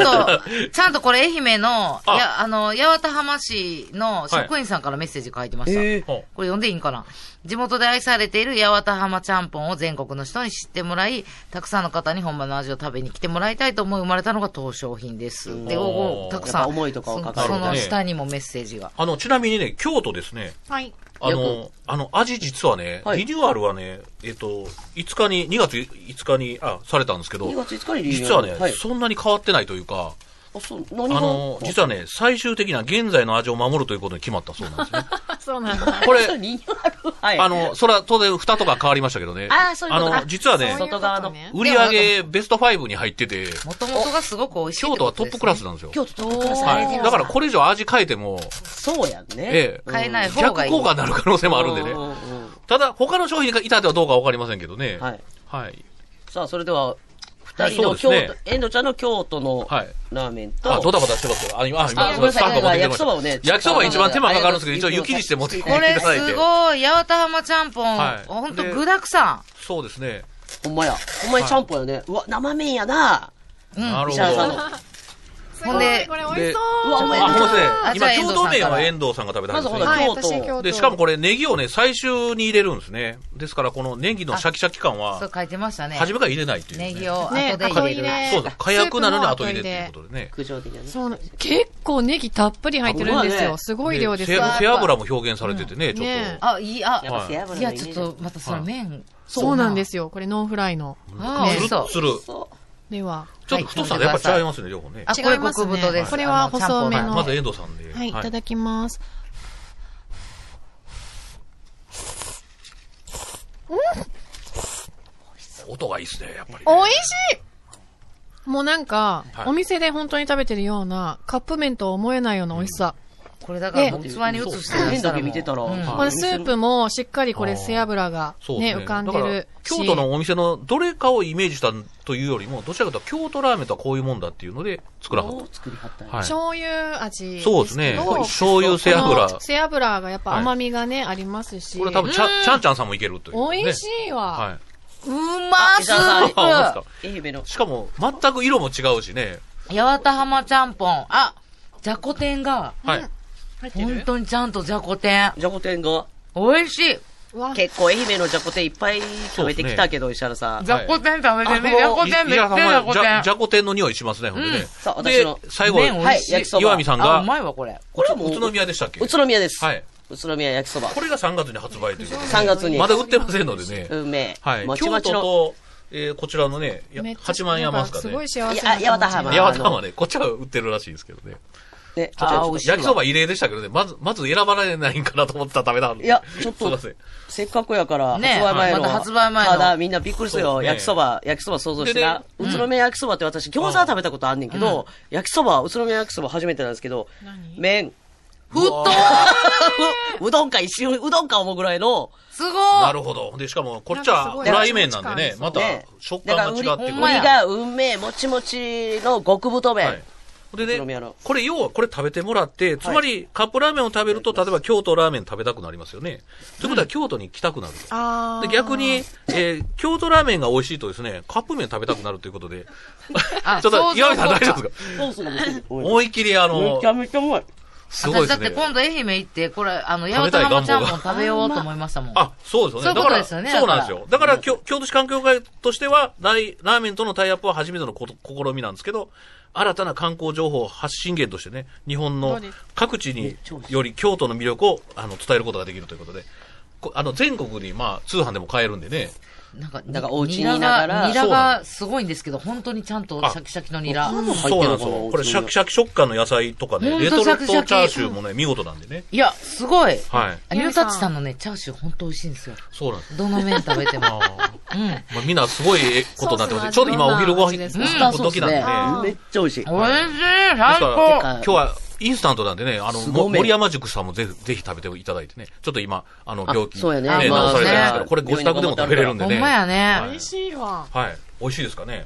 Speaker 6: [laughs]
Speaker 4: と、ちゃんとこれ愛媛の、い
Speaker 6: あ
Speaker 4: や、あの、八幡浜市の職員さんからメッセージ書いてました。
Speaker 3: え
Speaker 6: ほう
Speaker 4: これ読んでいいんかな地元で愛されている八幡浜ちゃんぽんを全国の人に知ってもらい、たくさんの方に本場の味を食べに来てもらいたいと思い生まれたのが当商品です。で、おおたくさ
Speaker 3: や
Speaker 4: ん。
Speaker 3: っぱ思いとかを書かれて
Speaker 4: そその下にもメッセージが。
Speaker 6: あの、ちなみにね、京都ですね。
Speaker 7: はい。
Speaker 6: あ
Speaker 3: よ
Speaker 6: の、あの、味実はね、
Speaker 3: はい
Speaker 6: リニューアルはね、えっ、と、5日に、2月5日に、あ、されたんですけど
Speaker 3: 2、月5日にリニュ
Speaker 6: 実
Speaker 3: ーア
Speaker 6: は
Speaker 3: ル
Speaker 6: ね、
Speaker 3: はい
Speaker 6: そんなに変わってないというか、
Speaker 3: あそう
Speaker 6: あ
Speaker 3: 何が
Speaker 6: の、実はね、最終的な現在の味を守るということに決まったそうなんで
Speaker 3: [laughs]
Speaker 6: すね。
Speaker 7: あそうなんだ。
Speaker 6: こ
Speaker 3: そう
Speaker 6: れ、
Speaker 3: リニューアルはい
Speaker 6: あの、それは当然蓋とか変わりましたけどね。
Speaker 3: あーそういうことか
Speaker 6: の、実はね
Speaker 7: そうい、うこ
Speaker 3: 外
Speaker 7: と
Speaker 3: 側の
Speaker 7: ね
Speaker 6: 売り上げベスト5に入ってて、
Speaker 4: もともとがすごく美味しいっ
Speaker 6: 京
Speaker 4: て
Speaker 6: 都
Speaker 4: こ
Speaker 6: は
Speaker 4: と
Speaker 6: ト
Speaker 4: です、
Speaker 6: ップクラスなんですよ。
Speaker 3: 京都トップクラス
Speaker 6: は
Speaker 3: あれ
Speaker 6: い。だからこれ以上味変えても、
Speaker 3: そうやんね
Speaker 6: ええ
Speaker 4: 買えない方が
Speaker 6: 逆
Speaker 4: いい。
Speaker 6: 効果になる可能性もあるんでね
Speaker 3: う。んうんうん
Speaker 6: ただ、他の商品に至ってはどうかわかりませんけどね。
Speaker 3: はい
Speaker 6: はい。
Speaker 3: さあそれでは
Speaker 6: は
Speaker 3: 二
Speaker 6: い
Speaker 3: 人の京
Speaker 6: そうです
Speaker 3: 都
Speaker 6: ね
Speaker 3: 遠藤ちゃんの京京都の
Speaker 6: はい
Speaker 3: ラーメン
Speaker 6: あ、ド
Speaker 3: と
Speaker 6: タバタしてますよ。あ、今、
Speaker 3: あ
Speaker 6: あ
Speaker 3: ごめん
Speaker 6: 今、
Speaker 3: なさい
Speaker 6: 参加持ってきて
Speaker 3: 焼き
Speaker 6: ました。
Speaker 3: そばをね
Speaker 6: 焼きそば一番手間かかるんですけど、
Speaker 3: あり
Speaker 6: 一
Speaker 3: が
Speaker 6: 応
Speaker 3: とうございます
Speaker 6: 雪にして持ってきてい
Speaker 4: こ
Speaker 6: ただい
Speaker 4: れ
Speaker 6: て。
Speaker 4: すごい、八幡浜ちゃんぽん、
Speaker 6: はい
Speaker 4: ほんと
Speaker 6: で
Speaker 4: 具だくさ
Speaker 6: そうですね。
Speaker 3: ほんまやほんまにちゃんぽんやねうわ生麺やな
Speaker 6: なるほ
Speaker 3: 石
Speaker 6: ど。
Speaker 3: 原さんの
Speaker 6: あ、
Speaker 7: す
Speaker 4: ほん
Speaker 7: ご
Speaker 4: で
Speaker 7: い、これ美味しそう
Speaker 3: わお
Speaker 6: ほん
Speaker 3: 前
Speaker 6: まですね
Speaker 4: あ。じゃあ
Speaker 6: 今、京都麺は
Speaker 4: 遠
Speaker 6: 遠藤さんが食べた
Speaker 3: ま
Speaker 6: ん
Speaker 3: ず
Speaker 6: です
Speaker 3: ほ
Speaker 6: ね。
Speaker 7: だ
Speaker 3: ら
Speaker 7: はい
Speaker 3: 京
Speaker 7: 私京
Speaker 3: 都
Speaker 7: 都
Speaker 6: で、しかもこれ、ネギをね、最終に入れるんですね。ですから、このネギのシャキシャキ感
Speaker 4: う。そ
Speaker 6: は
Speaker 4: う、書いてましたね。
Speaker 6: 初めから入れないというね。
Speaker 4: ネギを後
Speaker 7: ね
Speaker 4: で
Speaker 7: 後入
Speaker 4: 入れる。
Speaker 7: れ
Speaker 6: そうです。火薬なのに後入れ
Speaker 7: スープも後入れ
Speaker 6: ということでね。
Speaker 3: 苦情的やね
Speaker 7: そうな結構ネギたっぷり入ってるんです
Speaker 3: あ
Speaker 7: よ。すごい量です
Speaker 6: で
Speaker 7: よ。
Speaker 6: 背背脂も表現されててね、ちょっ
Speaker 7: ね
Speaker 4: あ、いい、あ、
Speaker 3: やっぱ背脂の
Speaker 4: い
Speaker 3: イメ
Speaker 4: や、
Speaker 3: ージ
Speaker 4: ちょっと、またその麺。。
Speaker 7: そうなんですすよ。これノンフライの。
Speaker 4: あー、美味しそう
Speaker 6: と。。つる。
Speaker 3: そう
Speaker 7: では、
Speaker 6: ちょっと太さがやっぱ違いますね、両方ね。
Speaker 4: あ、これ極太です。
Speaker 7: これは細め
Speaker 4: あ
Speaker 7: の
Speaker 6: まず遠藤さんで。
Speaker 7: はい、いただきます。
Speaker 6: 音がいいですね、やっぱりね。
Speaker 7: 美味しいもうなんか、
Speaker 6: はい
Speaker 7: お店で本当に食べてるような、カップ麺とは思えないような美味しさ。
Speaker 4: これだから、器
Speaker 7: ね
Speaker 4: に移して出
Speaker 3: 変
Speaker 4: した
Speaker 3: だけ
Speaker 4: らもう
Speaker 3: 見てたら
Speaker 4: うん
Speaker 6: はい
Speaker 7: これスープもしっかりこれ背脂が
Speaker 6: そうで
Speaker 7: ね、
Speaker 6: すね。
Speaker 7: 浮かんで
Speaker 6: だ
Speaker 7: る
Speaker 6: から
Speaker 7: し。
Speaker 6: 京都のお店のどれかをイメージしたというよりも、どちらかというと京都ラーメンとはこういうもんだっていうので作らはっ
Speaker 3: どう作りはったんや
Speaker 6: た。はい。
Speaker 7: 醤油味
Speaker 6: そうですね。
Speaker 7: けど
Speaker 6: 醤油、背脂。
Speaker 7: この背脂がやっぱ甘みがね、ありますし。
Speaker 6: これ多分、ちゃ、ちゃんちゃんさんもいけるという。
Speaker 7: 美味し
Speaker 6: い。
Speaker 7: いわ。
Speaker 6: は
Speaker 4: うまース
Speaker 6: い。あ、
Speaker 4: ー
Speaker 6: そう
Speaker 4: プ
Speaker 3: 愛媛の
Speaker 6: ですか。しかも、全く色も違うしね。
Speaker 4: 八幡浜ちゃんぽん。あ、じゃこ天が、
Speaker 6: はい。
Speaker 5: 入って
Speaker 4: 本
Speaker 5: る
Speaker 4: 当にちゃんとじゃこ天。
Speaker 3: じゃこ天が、
Speaker 4: 美味しい。
Speaker 5: うわ
Speaker 3: 結構愛媛のじゃこ天いっぱい食べてきたけど、石原さん。
Speaker 4: じゃこ天食べて
Speaker 3: は
Speaker 4: み。
Speaker 3: い
Speaker 4: じゃこ
Speaker 6: い
Speaker 4: 天めっち
Speaker 6: や
Speaker 4: ゃ
Speaker 6: さん
Speaker 4: じゃ
Speaker 6: は
Speaker 4: こ
Speaker 6: じゃ、
Speaker 4: 天
Speaker 6: じ。ゃこ天の匂いしますね、ほんでね。
Speaker 3: そう私
Speaker 6: で
Speaker 3: の、
Speaker 6: 最後、
Speaker 4: 麺美味しい
Speaker 3: はい焼きそば
Speaker 6: 岩見さん
Speaker 4: あ、う
Speaker 6: が、
Speaker 4: まいわ、これ。
Speaker 6: これは
Speaker 3: も
Speaker 6: も
Speaker 3: う
Speaker 6: う宇都宮でしたっけ
Speaker 3: 宇都宮です。
Speaker 6: はい
Speaker 3: 宇都宮焼きそば。
Speaker 6: これが3月に発売ということで。
Speaker 3: 3月に。
Speaker 6: まだ売ってませんのでね。
Speaker 3: うめえ。
Speaker 6: はい。
Speaker 3: もち
Speaker 6: 京
Speaker 3: も
Speaker 6: 都
Speaker 3: ちの。
Speaker 6: と、えーこちらのね、や
Speaker 5: めっちゃ
Speaker 6: 八幡山ですか
Speaker 5: すご
Speaker 6: ね
Speaker 5: い。幸せ
Speaker 3: いや八幡浜
Speaker 6: 八幡浜ね、こっちは売ってるらしいんですけどね。
Speaker 3: ね、
Speaker 6: ちょっと
Speaker 3: あー美味しいわ
Speaker 6: 焼きそば異例でしたけどね、まず、まず選ばれないんかなと思ってたら食べたんで
Speaker 3: いや、ちょっ
Speaker 6: すい
Speaker 3: と
Speaker 6: ません。、
Speaker 3: せっかくやから、
Speaker 4: ね
Speaker 3: 発売前の。
Speaker 4: また発売前の
Speaker 3: ただ、みんなびっくりする
Speaker 6: そ
Speaker 3: よ。
Speaker 6: うですね
Speaker 3: 焼きそば、焼きそば想像してな。
Speaker 6: で
Speaker 3: 宇都宮焼きそばって私、餃子は食べたことあんねんけど、焼きそば、宇都宮焼きそば初めてなんですけど、麺、
Speaker 4: 沸騰
Speaker 3: うどんか一瞬、うどんか思うぐらいの、
Speaker 4: すごい
Speaker 6: なるほど。で、しかも、こっちはフライ麺なんでね、
Speaker 5: な
Speaker 6: ま
Speaker 5: ん
Speaker 6: た
Speaker 3: ね
Speaker 6: 食感が違っ
Speaker 3: だか
Speaker 6: てく
Speaker 3: ら売り
Speaker 6: る。
Speaker 4: ほん
Speaker 3: 売
Speaker 4: ま
Speaker 3: り
Speaker 4: や
Speaker 3: が運命、もちもちの極太麺。
Speaker 6: はい。で
Speaker 3: 宇都宮
Speaker 6: ね
Speaker 3: の、
Speaker 6: これ要はこれ食べてもらって、つまりカップラーメンを食べると、例えば京都ラーメン食べたくなりますよね。ということは京都に来たくなると。
Speaker 5: あー
Speaker 6: で逆に、えー京都ラーメンが美味しいとですね、カップ麺食べたくなるということで、 [laughs] ちょ
Speaker 4: あ
Speaker 6: っと、岩見さん
Speaker 4: そう
Speaker 6: 大
Speaker 4: そうそう
Speaker 6: 丈夫ですか
Speaker 3: ソースがめっちゃ美味しい
Speaker 6: 思いっきり、
Speaker 3: め
Speaker 6: あの
Speaker 3: ち、ゃめちゃうまい。
Speaker 6: すごい
Speaker 4: 私
Speaker 6: で
Speaker 4: だ
Speaker 6: す
Speaker 4: って
Speaker 6: ね。
Speaker 4: 今度愛媛行って、これ、あの、八幡
Speaker 6: 食べたい願望
Speaker 4: 浜
Speaker 6: が
Speaker 4: ちゃんぽん食べようと思いましたもん。
Speaker 6: あ、そうですよ
Speaker 4: そう
Speaker 6: ね。
Speaker 4: いうことですよね
Speaker 6: だから、そうなん
Speaker 4: だか
Speaker 6: で
Speaker 4: ら
Speaker 6: すよ。だから、きょ京都市観光会としては、ライラーメンとのタイアップは初めてのこと試みなんですけど、新たな観光情報発信源としてね、日本
Speaker 5: そ
Speaker 6: の
Speaker 5: うです
Speaker 6: 各地により京都の魅力をあの伝えることができるということで、こあの全国に、まあ、通販でも買えるんでね、
Speaker 4: なんか、
Speaker 3: なんかお家に
Speaker 4: ニラ
Speaker 3: いながら
Speaker 4: が、ニラ
Speaker 6: そうな
Speaker 4: がすごいんですけど、本当にちゃんとシャキシャキのニラ。
Speaker 6: そうなんです
Speaker 3: 入ってるのかな
Speaker 6: よ。これ、シャキシャキ食感の野菜とかね、
Speaker 4: ほんと
Speaker 6: レトル
Speaker 4: シャ
Speaker 6: ト
Speaker 4: キ
Speaker 6: チ
Speaker 4: シャ
Speaker 6: ャ
Speaker 4: キ
Speaker 6: ーシューもね、見事なんでね。
Speaker 4: いや、すごい。
Speaker 6: はい。
Speaker 4: あニュータッチさんのね、チャーシュー本当美味しいんですよ。
Speaker 6: そうなんです。
Speaker 4: どの麺食べて
Speaker 6: [laughs]
Speaker 4: も。
Speaker 6: あー
Speaker 4: うん。
Speaker 6: まあ、みんなすごいことになってますね。ち
Speaker 5: ソ
Speaker 6: ょ
Speaker 5: ー
Speaker 6: う
Speaker 5: ス
Speaker 6: ど
Speaker 5: の味
Speaker 6: 今お昼ご
Speaker 5: どんな
Speaker 6: 飯
Speaker 5: 味ですか
Speaker 3: スターソ
Speaker 6: の
Speaker 3: ース
Speaker 6: 時なんで
Speaker 3: ね
Speaker 6: ね。
Speaker 5: あー
Speaker 3: めっちゃ美味しい。
Speaker 4: 美味しい最
Speaker 6: です
Speaker 4: 高
Speaker 6: から今日はインスタントなんでね、あの、
Speaker 3: すごめ
Speaker 6: 森山塾さんもぜひ、ぜひ食べていただいてね。ちょっと今、あの、
Speaker 3: あ
Speaker 6: 病気、
Speaker 3: そうやね
Speaker 6: 治
Speaker 4: まあ
Speaker 6: されてるんですけど、
Speaker 3: ね
Speaker 6: これご自宅でも食べれるんで
Speaker 4: ほ
Speaker 6: ね。
Speaker 4: んまや
Speaker 6: は
Speaker 4: ね
Speaker 6: い。
Speaker 5: しいわ。
Speaker 6: はい。美味しいですかね。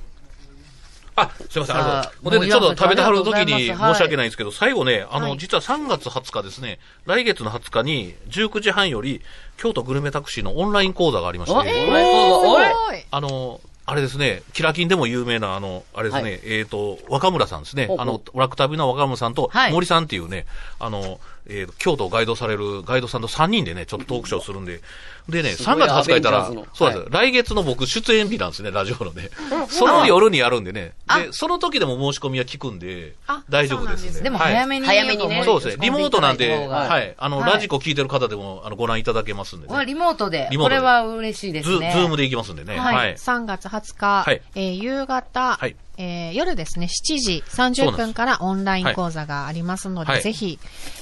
Speaker 6: あ、すいませ
Speaker 4: さ
Speaker 6: ん、
Speaker 4: あ
Speaker 6: あの、ほんでね、
Speaker 4: 森
Speaker 6: ちょっ
Speaker 4: 山
Speaker 6: と食べてはる時
Speaker 4: あ
Speaker 6: に
Speaker 4: り
Speaker 6: 申
Speaker 4: がとうございますはい
Speaker 6: し訳ないんですけど、最後ね、あ
Speaker 5: は
Speaker 6: の、
Speaker 5: い
Speaker 6: 実は3月20日ですね、来月の20日に、19時半より、京都グルメタクシーのオンライン講座がありまして、
Speaker 3: お前
Speaker 5: すご
Speaker 3: お
Speaker 5: い
Speaker 3: い。
Speaker 6: あの、あれですね、キラキンでも有名な、あの、あれですね、
Speaker 3: はい
Speaker 6: えっ、と、若村さんですね
Speaker 3: ほう、ほう
Speaker 6: あの、ラクタビの若村さんと
Speaker 4: は、い
Speaker 6: 森さんっていうね、あの、えー京都をガイドされるガイドさんと3人でね、ちょっとトークショーするんで、でね、
Speaker 3: すごい
Speaker 6: 3月20日いた
Speaker 3: ア
Speaker 6: ら
Speaker 3: ベンジャーズの、
Speaker 6: そうなんです、来月の僕、出演日なんですね、ラジオのね。その夜にやるんでね、
Speaker 4: あ
Speaker 6: で、その時でも申し込みは聞くんで
Speaker 5: あ、
Speaker 6: 大丈夫です
Speaker 5: そうなんです
Speaker 4: で
Speaker 5: ね
Speaker 6: ね。
Speaker 4: も
Speaker 6: はい
Speaker 4: 早めに、
Speaker 3: 早めにね
Speaker 6: そうですね、リモートなんで、
Speaker 4: は。
Speaker 6: はいい、あの、
Speaker 4: はい
Speaker 6: ラジコ聞いてる方でも、あの、ご覧いただけますんで
Speaker 4: うわ
Speaker 6: ね。
Speaker 4: リモートで。
Speaker 6: リ
Speaker 4: こ
Speaker 6: モートで
Speaker 4: れは嬉しいで
Speaker 6: ズズ
Speaker 4: すね。
Speaker 6: ームで行きますんでね。
Speaker 5: はい。
Speaker 6: はい。
Speaker 5: 3月20日、
Speaker 6: はい
Speaker 5: えー夕方、
Speaker 6: はい
Speaker 5: えー夜ですね、7時
Speaker 6: そ
Speaker 5: 30
Speaker 6: うなんです
Speaker 5: 分からオンライン講座がありますので、
Speaker 6: はい
Speaker 5: ぜひ、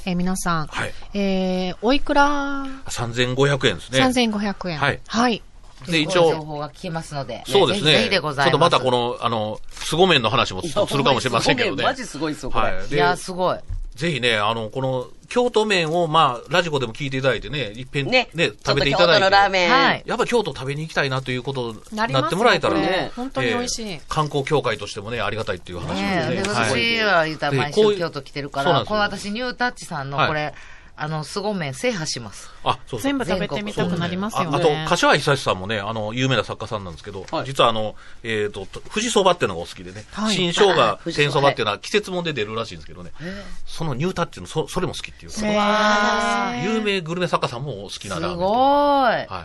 Speaker 5: えー皆さん、
Speaker 6: はい
Speaker 5: えーおいくら、
Speaker 6: 3500円ですね。
Speaker 5: ?3500 円。
Speaker 6: はい
Speaker 5: はい。
Speaker 6: で、一
Speaker 4: すごい情
Speaker 6: 応、
Speaker 4: 報が聞けますので。
Speaker 6: そうです
Speaker 4: ぜひ
Speaker 6: ね。
Speaker 4: ぜひで
Speaker 6: ちょ
Speaker 4: ご
Speaker 6: っ
Speaker 4: ざいます。
Speaker 6: とまたこの、あの、凄麺の話もするかもしれませんけどね。
Speaker 3: マジすごいですよ、これ。
Speaker 6: はい。
Speaker 4: い
Speaker 6: で、
Speaker 4: や、すごい。
Speaker 6: ぜひね、あの、この、京都麺を、まあ、ラジコでも聞いていただいてね、いっぺん、ね
Speaker 3: ね、、
Speaker 6: 食べていた
Speaker 3: ちょ
Speaker 6: だ
Speaker 3: っと京都のラー
Speaker 6: いて。
Speaker 3: メン。
Speaker 4: はい
Speaker 6: やっぱ京都食べに行きたいなということに
Speaker 5: なりますよ
Speaker 6: なってもらえたら
Speaker 5: これ
Speaker 6: ね
Speaker 5: 本当に美味しい
Speaker 6: えー観光協会としてもね、ありがたいっていう話も
Speaker 4: ねえ、
Speaker 6: ね。
Speaker 4: で
Speaker 6: はい
Speaker 4: 私は言ったら毎
Speaker 6: でこう
Speaker 4: 週
Speaker 6: いう
Speaker 4: 京都来てるか
Speaker 6: そうな
Speaker 4: ら、
Speaker 6: んです
Speaker 4: こ
Speaker 6: よ
Speaker 4: の私、ニュータッチさんの
Speaker 6: はい
Speaker 4: これ、あの、凄麺制覇します。
Speaker 6: あ、そうそう。
Speaker 5: 全部食べてみたくなりますよね。
Speaker 6: ああと、柏久志さんもね、あの、有名な作家さんなんですけど、
Speaker 3: はい
Speaker 6: 実はあの、えっ、と、富士そばっていうのがお好きでね、
Speaker 5: はい
Speaker 6: 新生
Speaker 3: ああ
Speaker 6: 姜
Speaker 3: 富士そば
Speaker 6: 天そばっていうのは季節もんで出るらしいんですけどね、そのニュータッチのそそれも好きっていうか、
Speaker 5: わー
Speaker 6: 有名グルメ作家さんもお好き
Speaker 4: す
Speaker 6: な
Speaker 4: ご
Speaker 6: ラーメンと。
Speaker 4: ーい。
Speaker 6: はい。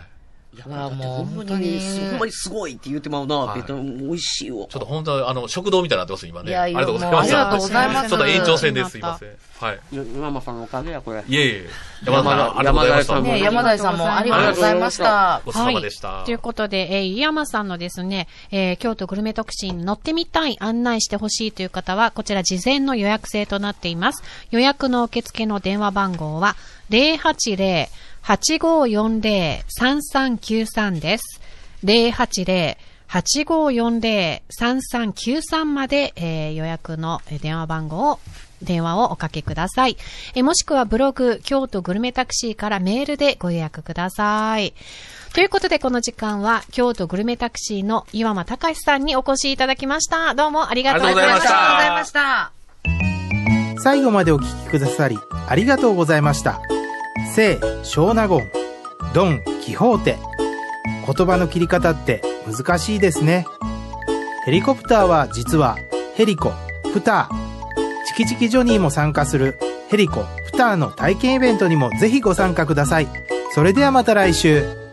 Speaker 3: いや、
Speaker 4: うわ
Speaker 3: もう
Speaker 4: も
Speaker 3: ほん
Speaker 4: う本
Speaker 3: ま
Speaker 4: 当
Speaker 3: に
Speaker 4: に、
Speaker 3: ほんまにすごいって言ってまうな、
Speaker 6: はい
Speaker 3: ベトナム美味しいわ。
Speaker 6: ちょっと本当あの、食堂みたいになってます、今ね。
Speaker 4: いやいや
Speaker 6: ありがとうございま
Speaker 5: もうあ
Speaker 6: す。
Speaker 5: りがとうございます
Speaker 6: [laughs] ちょっと延長戦です、すいません。はい。
Speaker 3: ママさんのおかげや、これ。
Speaker 6: いえいえ、山田さん、ありがとうございました。
Speaker 3: 山田
Speaker 4: ね山田井さんもありがとうございました。
Speaker 6: ごちそうさまでした。
Speaker 5: はい。ということで、えー、飯山さんのですね、えー京都グルメ特集に乗ってみたい、案内してほしいという方は、こちら事前の予約制となっています。予約の受付の電話番号は、080-8540-3393です。080-8540-3393まで、えー予約のえー電話番号を電話をおかけください。えーもしくはブログ、京都グルメタクシーからメールでご予約ください。ということで、この時間は、京都グルメタクシーの岩間隆さんにお越しいただきました。どうもありがとうございました。
Speaker 6: ありがとうございました
Speaker 4: ありがとうございました。
Speaker 2: 最後までお聞きくださりありがとうございました聖小納言ドン・キホーテ言葉の切り方って難しいですねヘリコプターは実はヘリコプターチキチキジョニーも参加するヘリコプターの体験イベントにもぜひご参加くださいそれではまた来週